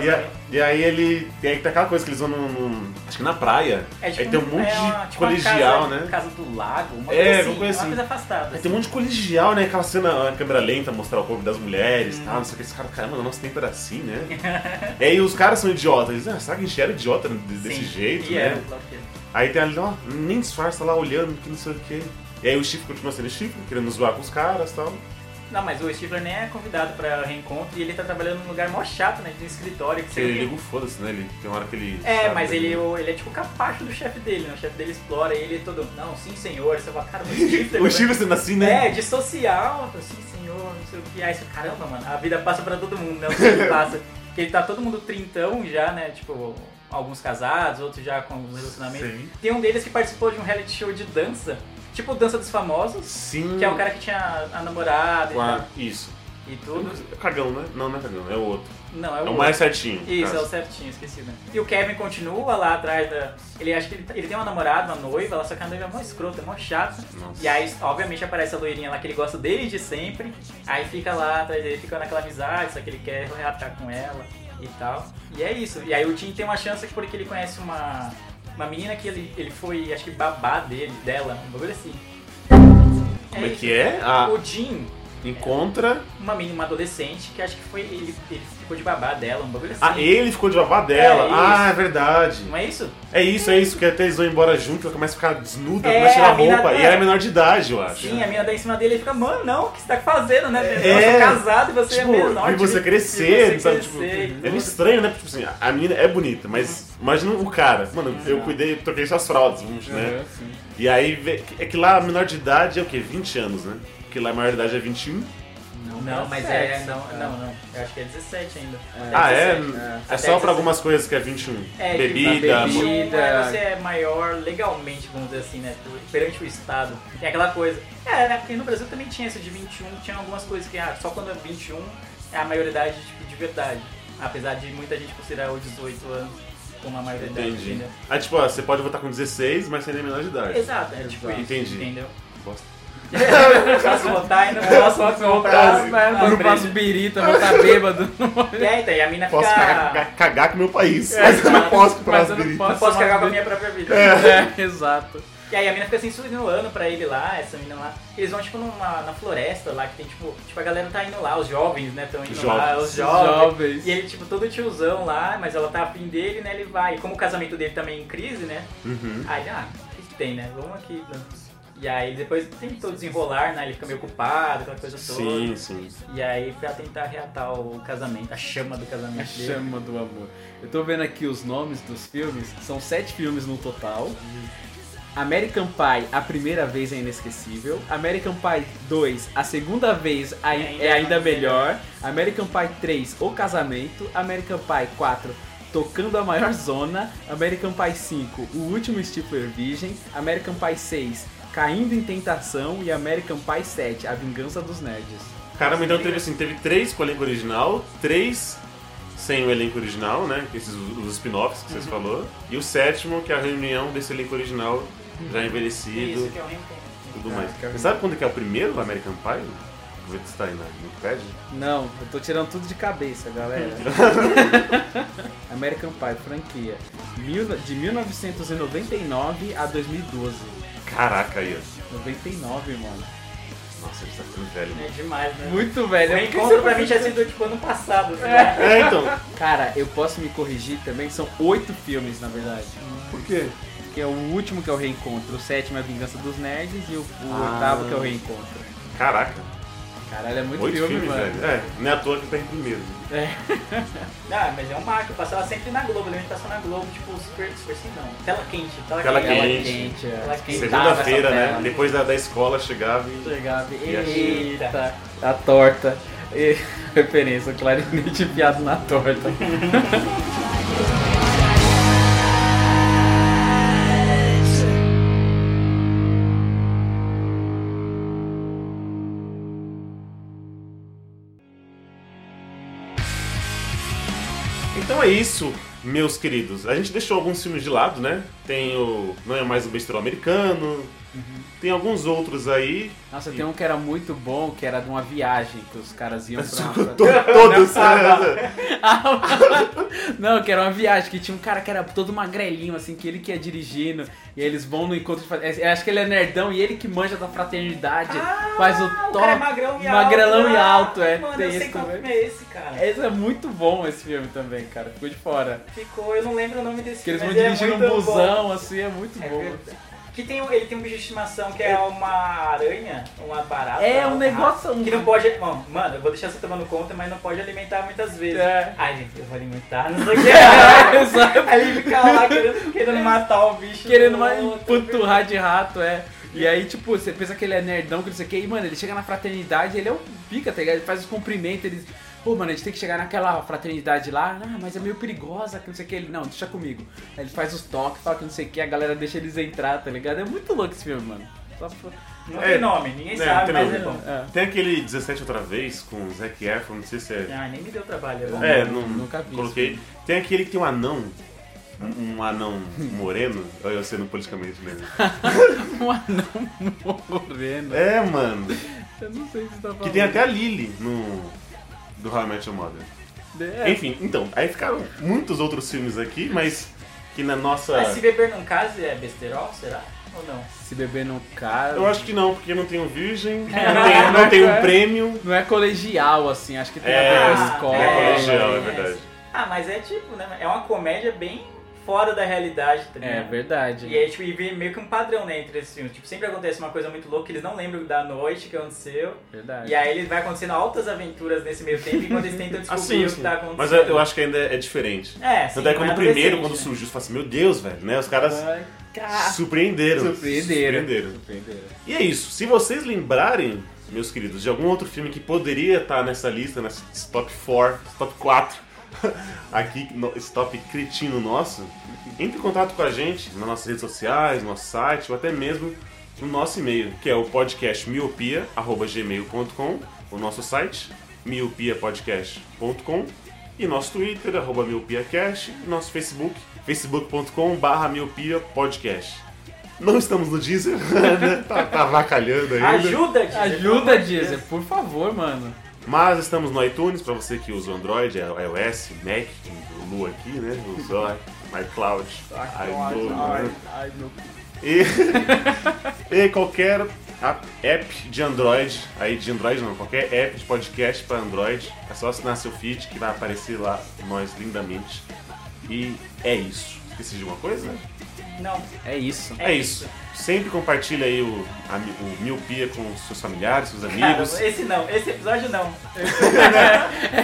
Speaker 2: E, a- e aí ele. E aí tá aquela coisa que eles vão num. num- acho que na praia.
Speaker 3: É, tipo,
Speaker 2: aí tem um monte
Speaker 3: é uma-
Speaker 2: de
Speaker 3: tipo uma
Speaker 2: colegial,
Speaker 3: casa,
Speaker 2: né?
Speaker 3: Casa do lago, uma
Speaker 2: É,
Speaker 3: coisa assim,
Speaker 2: alguma coisa
Speaker 3: uma
Speaker 2: assim.
Speaker 3: coisa afastada.
Speaker 2: Aí tem um monte de colegial, né? Aquela cena, a câmera lenta, mostrar o corpo das
Speaker 3: Uhum.
Speaker 2: mulheres e tal, não sei o que. Esse cara, caramba, nosso tempo era assim, né? e aí os caras são idiotas. Eles, ah, será que a gente era idiota de- desse jeito,
Speaker 3: e
Speaker 2: né?
Speaker 3: é, claro que é.
Speaker 2: Aí tem ali, ó, nem disfarça lá olhando, que não sei o que. E aí o Chifre continua sendo Chifre, querendo zoar com os caras e tal.
Speaker 3: Não, mas o Stifler nem é convidado pra reencontro e ele tá trabalhando num lugar mó chato, né? De um escritório que
Speaker 2: Porque
Speaker 3: você
Speaker 2: ele liga o foda-se, né? Ele tem uma hora que ele.
Speaker 3: É,
Speaker 2: sabe,
Speaker 3: mas
Speaker 2: né?
Speaker 3: ele, o- ele é tipo capacho do chefe dele, né? O chefe dele explora ele é todo. Não, sim senhor, você fala, cara, o Stifler.
Speaker 2: O Chifre sendo assim, né?
Speaker 3: É, de social, eu falo, sim senhor, não sei o que. Aí você, caramba, mano, a vida passa pra todo mundo, né? O tempo passa. Porque ele tá todo mundo trintão já, né? Tipo, alguns casados, outros já com alguns relacionamentos.
Speaker 2: Sim.
Speaker 3: Tem um deles que participou de um reality show de dança, tipo Dança dos Famosos.
Speaker 2: Sim.
Speaker 3: Que é o cara que tinha a namorada
Speaker 2: Hum. Com
Speaker 3: e
Speaker 2: a-
Speaker 3: tal.
Speaker 2: Isso.
Speaker 3: E tudo.
Speaker 2: É o Cagão, né? Não, não é cagão, é o outro.
Speaker 3: Não, é o,
Speaker 2: É o
Speaker 3: outro.
Speaker 2: mais certinho, no
Speaker 3: Isso,
Speaker 2: caso.
Speaker 3: é o certinho, esqueci, né? E o Kevin continua lá atrás da. Ele acha que ele, ele tem uma namorada, uma noiva, ela só que a noiva é mó escrota, é mó chata.
Speaker 2: Nossa.
Speaker 3: E aí, obviamente, aparece a loirinha lá que ele gosta desde sempre. Aí fica lá atrás dele, fica naquela amizade, só que ele quer reatar com ela e tal. E é isso. E aí o Tim tem uma chance porque ele conhece uma. Uma menina que ele, ele foi, acho que babá dele, dela, um bagulho assim.
Speaker 2: Como é
Speaker 3: isso.
Speaker 2: que é? A-
Speaker 3: O Jim
Speaker 2: Encontra.
Speaker 3: uma menina, uma adolescente, que acho que foi ele, ele ficou de babá dela, um bagulho assim.
Speaker 2: Ah, ele ficou de babá dela.
Speaker 3: É,
Speaker 2: ah,
Speaker 3: isso.
Speaker 2: é verdade.
Speaker 3: Não é isso?
Speaker 2: É isso, é isso, que até eles vão embora junto, ela começa a ficar desnuda,
Speaker 3: É,
Speaker 2: começa a tirar
Speaker 3: a mina
Speaker 2: roupa.
Speaker 3: tá-
Speaker 2: E ela é menor de idade, eu acho.
Speaker 3: Sim, a mina dá em cima dele e fica, mano, não, o que você tá fazendo, né?
Speaker 2: É.
Speaker 3: Eu sou casado e você
Speaker 2: tipo,
Speaker 3: é menor.
Speaker 2: e você
Speaker 3: de-
Speaker 2: crescer,
Speaker 3: de você
Speaker 2: sabe?
Speaker 3: crescer.
Speaker 2: Tipo, é meio estranho, né? Porque, Tipo assim, a menina é bonita, mas imagina o cara. Mano, eu cuidei, troquei suas fraldas, vamos, né?
Speaker 3: É.
Speaker 4: Uhum, sim.
Speaker 2: E aí, vê- é que lá a menor de idade é o quê? 20 anos, né? Porque lá a maior de idade é 21.
Speaker 3: Não, mas é, não, não, não. Eu acho que é 17 ainda.
Speaker 2: ah, é?
Speaker 3: 17.
Speaker 2: É,
Speaker 3: Até
Speaker 2: só
Speaker 3: 17.
Speaker 2: pra algumas coisas que é 21.
Speaker 3: É, que
Speaker 2: bebida,
Speaker 3: você-
Speaker 2: mu-
Speaker 3: é, Você é maior legalmente, vamos dizer assim, né? Perante o Estado. Tem aquela coisa. É, né, porque no Brasil também tinha isso de 21, tinha algumas coisas que ah, só quando é 21 é a maioridade tipo, de verdade. Apesar de muita gente considerar o 18 anos como a maioridade.
Speaker 2: Entendi.
Speaker 3: entendeu?
Speaker 2: Ah, tipo, ó, você pode votar com 16, mas você ainda é menor de idade.
Speaker 3: Exato, é tipo isso.
Speaker 2: Entendi.
Speaker 3: Entendeu?
Speaker 2: Bosta.
Speaker 3: posso votar e não posso comprar.
Speaker 4: mas eu não passo birita, vou estar tá bêbado.
Speaker 3: É, então, e a mina
Speaker 2: Posso
Speaker 3: fica...
Speaker 2: cagar, cagar- cagar com meu país.
Speaker 3: É,
Speaker 2: mas eu não
Speaker 3: exato.
Speaker 2: posso comprar
Speaker 3: Mas
Speaker 2: as
Speaker 3: eu não
Speaker 2: biritas.
Speaker 3: posso Posso cagar com a minha própria vida.
Speaker 2: É.
Speaker 4: É, exato.
Speaker 3: E aí a mina fica se insinuando pra ele lá, essa mina lá. Eles vão, tipo, numa, na floresta lá, que tem, tipo... Tipo, a galera tá indo lá, os jovens, né? Estão indo lá,
Speaker 4: Jovens.
Speaker 3: os jovens.
Speaker 4: Jovens.
Speaker 3: E ele, tipo, todo tiozão lá, mas ela tá afim dele, né? Ele vai. E como o casamento dele também é em crise, né?
Speaker 4: Uhum.
Speaker 3: Aí, ele, ah, o que que tem, né? Vamos aqui. né? E aí depois tentou desenrolar, né? Ele fica meio culpado, aquela coisa toda.
Speaker 2: Sim, sim.
Speaker 3: E aí pra tentar reatar o casamento, a chama do casamento
Speaker 4: A
Speaker 3: dele.
Speaker 4: chama do amor. Eu tô vendo aqui os nomes dos filmes, são sete filmes no total. American Pie, a primeira vez é inesquecível. American Pie 2, a segunda vez ai- é ainda melhor. American Pie 3, o casamento. American Pie 4, tocando a maior zona. American Pie 5, o último Stifler Virgem. American Pie 6, caindo em tentação. E American Pie 7, a vingança dos nerds.
Speaker 2: Caramba, então teve assim, teve três com o elenco original, três sem o elenco original, né? Esses os spin-offs que vocês
Speaker 3: Uhum.
Speaker 2: falou. E o sétimo, que é a reunião desse elenco original já envelhecido.
Speaker 3: Uhum. Isso, que é o reencontro.
Speaker 2: tudo
Speaker 4: Ah,
Speaker 2: mais.
Speaker 4: que é o
Speaker 2: Você sabe quando que é o primeiro do American Pie? Vou está aí na Wikipedia.
Speaker 4: Não, eu tô tirando tudo de cabeça, galera. American Pie, franquia. Mil- de 1999 a 2012.
Speaker 2: Caraca, aí, ó.
Speaker 4: 99, mano.
Speaker 2: Nossa, ele tá ficando velho,
Speaker 3: É demais, né?
Speaker 4: Muito velho.
Speaker 3: O
Speaker 4: eu-
Speaker 3: encontro pra mim tinha sido tipo ano passado. assim.
Speaker 4: É.
Speaker 2: É, então.
Speaker 4: Cara, eu posso me corrigir também? São oito filmes, na verdade.
Speaker 7: Por quê?
Speaker 4: Porque é o último que é o reencontro, o sétimo é a vingança dos nerds e o, o
Speaker 2: Ah.
Speaker 4: oitavo que é o reencontro.
Speaker 2: Caraca.
Speaker 4: Caralho, é muito
Speaker 2: Oito
Speaker 4: filme,
Speaker 2: filmes,
Speaker 4: mano.
Speaker 2: velho. É, não é à toa que tá em primeiro.
Speaker 3: Ah, mas é um marco, eu passava sempre na Globo, lembra que passava na Globo, tipo, super, super assim não. Tela quente, tela,
Speaker 2: Tela
Speaker 3: quente.
Speaker 2: quente.
Speaker 4: é.
Speaker 3: Tela quente.
Speaker 2: Segunda-feira,
Speaker 4: Tava
Speaker 2: né?
Speaker 4: essa tela.
Speaker 2: Depois da, da escola chegava
Speaker 3: tá
Speaker 2: e.
Speaker 4: Chegava e-
Speaker 2: e achei.
Speaker 4: Eita, a torta. E, referência, clarinete piado na torta.
Speaker 2: Então é isso, meus queridos. A gente deixou alguns filmes de lado, né? Tem o Não é Mais um Besteiro Americano.
Speaker 4: Uhum.
Speaker 2: Tem alguns outros aí.
Speaker 4: Nossa, tem um que era muito bom, que era de uma viagem, que os caras iam
Speaker 2: um
Speaker 4: pra...
Speaker 2: Todos, né?
Speaker 4: Não, Não, que era uma viagem, que tinha um cara que era todo magrelinho, assim, que ele que ia dirigindo, e eles vão no encontro de... fraternidade. Acho que ele é nerdão e ele que manja da fraternidade, faz o top...
Speaker 3: O cara é magrão e alto. né? Ah,
Speaker 4: magrelão e alto, é.
Speaker 3: Mano,
Speaker 4: tem
Speaker 3: eu sei
Speaker 4: esse
Speaker 3: qual
Speaker 4: também.
Speaker 3: filme é esse, cara.
Speaker 4: Esse é muito bom esse filme também, cara. Ficou de fora.
Speaker 3: Ficou, eu não lembro o nome desse
Speaker 4: Que eles vão
Speaker 3: filme, mas
Speaker 4: dirigindo
Speaker 3: é
Speaker 4: um
Speaker 3: muito
Speaker 4: busão,
Speaker 3: bom.
Speaker 4: assim, é muito
Speaker 3: É
Speaker 4: bom.
Speaker 3: verdade. Que tem, um- ele tem um bicho de estimação que é uma aranha, uma barata.
Speaker 4: É, um
Speaker 3: uma-
Speaker 4: negócio- um-
Speaker 3: Que não pode. Bom, mano, eu vou deixar você tomando conta, mas não pode alimentar muitas vezes.
Speaker 4: É.
Speaker 3: Ai, gente, eu vou alimentar, não sei o que.
Speaker 4: É, exato.
Speaker 3: Aí ele fica lá querendo, querendo matar o bicho.
Speaker 4: Querendo
Speaker 3: do
Speaker 4: mais
Speaker 3: outro.
Speaker 4: empanturrar de rato, é. E aí, tipo, você pensa que ele é nerdão, que não sei o que, e, mano, ele chega na fraternidade, ele é um pica, tá ligado? Ele faz os cumprimentos, ele. Pô, mano, a gente tem que chegar naquela fraternidade lá, ah, mas é meio perigosa, que não sei o que. Ele, não, deixa comigo. Aí ele faz os toques, fala que não sei o que, a galera deixa eles entrar, tá ligado? É muito louco esse filme, mano. Só pra-
Speaker 3: É. Não tem nome, ninguém sabe, mas é bom.
Speaker 2: Né, Tem aquele 17 outra vez com o Zac Efron, não sei se é.
Speaker 3: Ah, nem me deu trabalho. eu-
Speaker 2: É, não,
Speaker 4: nunca vi
Speaker 2: Coloquei. Tem aquele que tem um anão. Um, um anão moreno. Olha eu sendo politicamente mesmo.
Speaker 4: um anão moreno.
Speaker 2: É, mano.
Speaker 4: Eu não sei o que você tá falando.
Speaker 2: Que tem até a Lily no. Do How I Met Your Mother.
Speaker 4: É.
Speaker 2: Enfim, então, aí ficaram muitos outros filmes aqui, mas que na nossa.
Speaker 3: Mas se beber num case é besterol, será? Ou não?
Speaker 4: Se beber no cara.
Speaker 2: Eu acho que não, porque não tem um virgem, não tem, não tem um prêmio.
Speaker 4: Não é colegial, assim, acho que tem
Speaker 2: É,
Speaker 4: a ver com a
Speaker 2: não é
Speaker 4: escola.
Speaker 2: colegial, é verdade.
Speaker 3: Ah, mas é tipo, né? É uma comédia bem fora da realidade também.
Speaker 4: É verdade.
Speaker 3: E aí, tipo, e vem meio que um padrão, né, entre esses filmes. Tipo, sempre acontece uma coisa muito louca, que eles não lembram da noite que aconteceu.
Speaker 4: Verdade.
Speaker 3: E aí ele vai acontecendo altas aventuras nesse meio tempo, enquanto eles tentam descobrir
Speaker 2: Assim,
Speaker 3: o que tá acontecendo.
Speaker 2: mas eu, eu acho que ainda é diferente.
Speaker 3: É, sim,
Speaker 2: Tanto é que
Speaker 3: não é
Speaker 2: quando o primeiro,
Speaker 3: adolescente,
Speaker 2: quando
Speaker 3: né? Ah.
Speaker 2: surgiu, eu falei assim, meu Deus, velho, né? Os caras
Speaker 4: Ai, cara.
Speaker 2: surpreenderam.
Speaker 4: Surpreenderam.
Speaker 2: Surpreenderam.
Speaker 4: Surpreenderam.
Speaker 2: E é isso. Se vocês lembrarem, meus queridos, de algum outro filme que poderia estar nessa lista, nesse top 4, top 4, aqui, no- esse top cretino nosso, entre em contato com a gente nas nossas redes sociais, no nosso site, ou até mesmo no nosso e-mail, que é o podcast miopia.gmail.com, o nosso site, miopiapodcast.com, e nosso Twitter, arroba miopiacast, e nosso Facebook, facebook.com barra miopiapodcast. Não estamos no Deezer, né? tá, tá avacalhando ainda.
Speaker 3: Ajuda, Deezer.
Speaker 4: Ajuda, Deezer, por favor, mano.
Speaker 2: Mas estamos no iTunes, pra você que usa o Android, iOS, Mac, o Lu aqui, né? O Zó, iCloud, iTunes. né?
Speaker 4: Ai, meu
Speaker 2: E, e qualquer a- app de Android, aí de Android não, qualquer app de podcast para Android, é só assinar seu feed que vai aparecer lá nós lindamente. E é isso. Esqueci de uma coisa?
Speaker 3: Não.
Speaker 4: É isso.
Speaker 2: É, isso. Sempre compartilha aí o, a, mi- o Miopia com seus familiares, seus
Speaker 3: Cara,
Speaker 2: amigos.
Speaker 3: esse não, esse episódio não.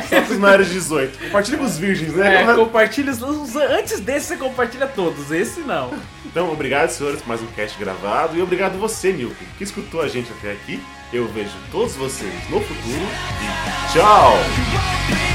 Speaker 2: Só pros maiores de 18. Compartilha com os virgens, né?
Speaker 4: É, compartilha. os- os- Antes desse, você compartilha todos. Esse não.
Speaker 2: Então, obrigado, senhores, por mais um cast gravado. E obrigado você, Milton, que escutou a gente até aqui. Eu vejo todos vocês no futuro. E tchau!
Speaker 1: Thank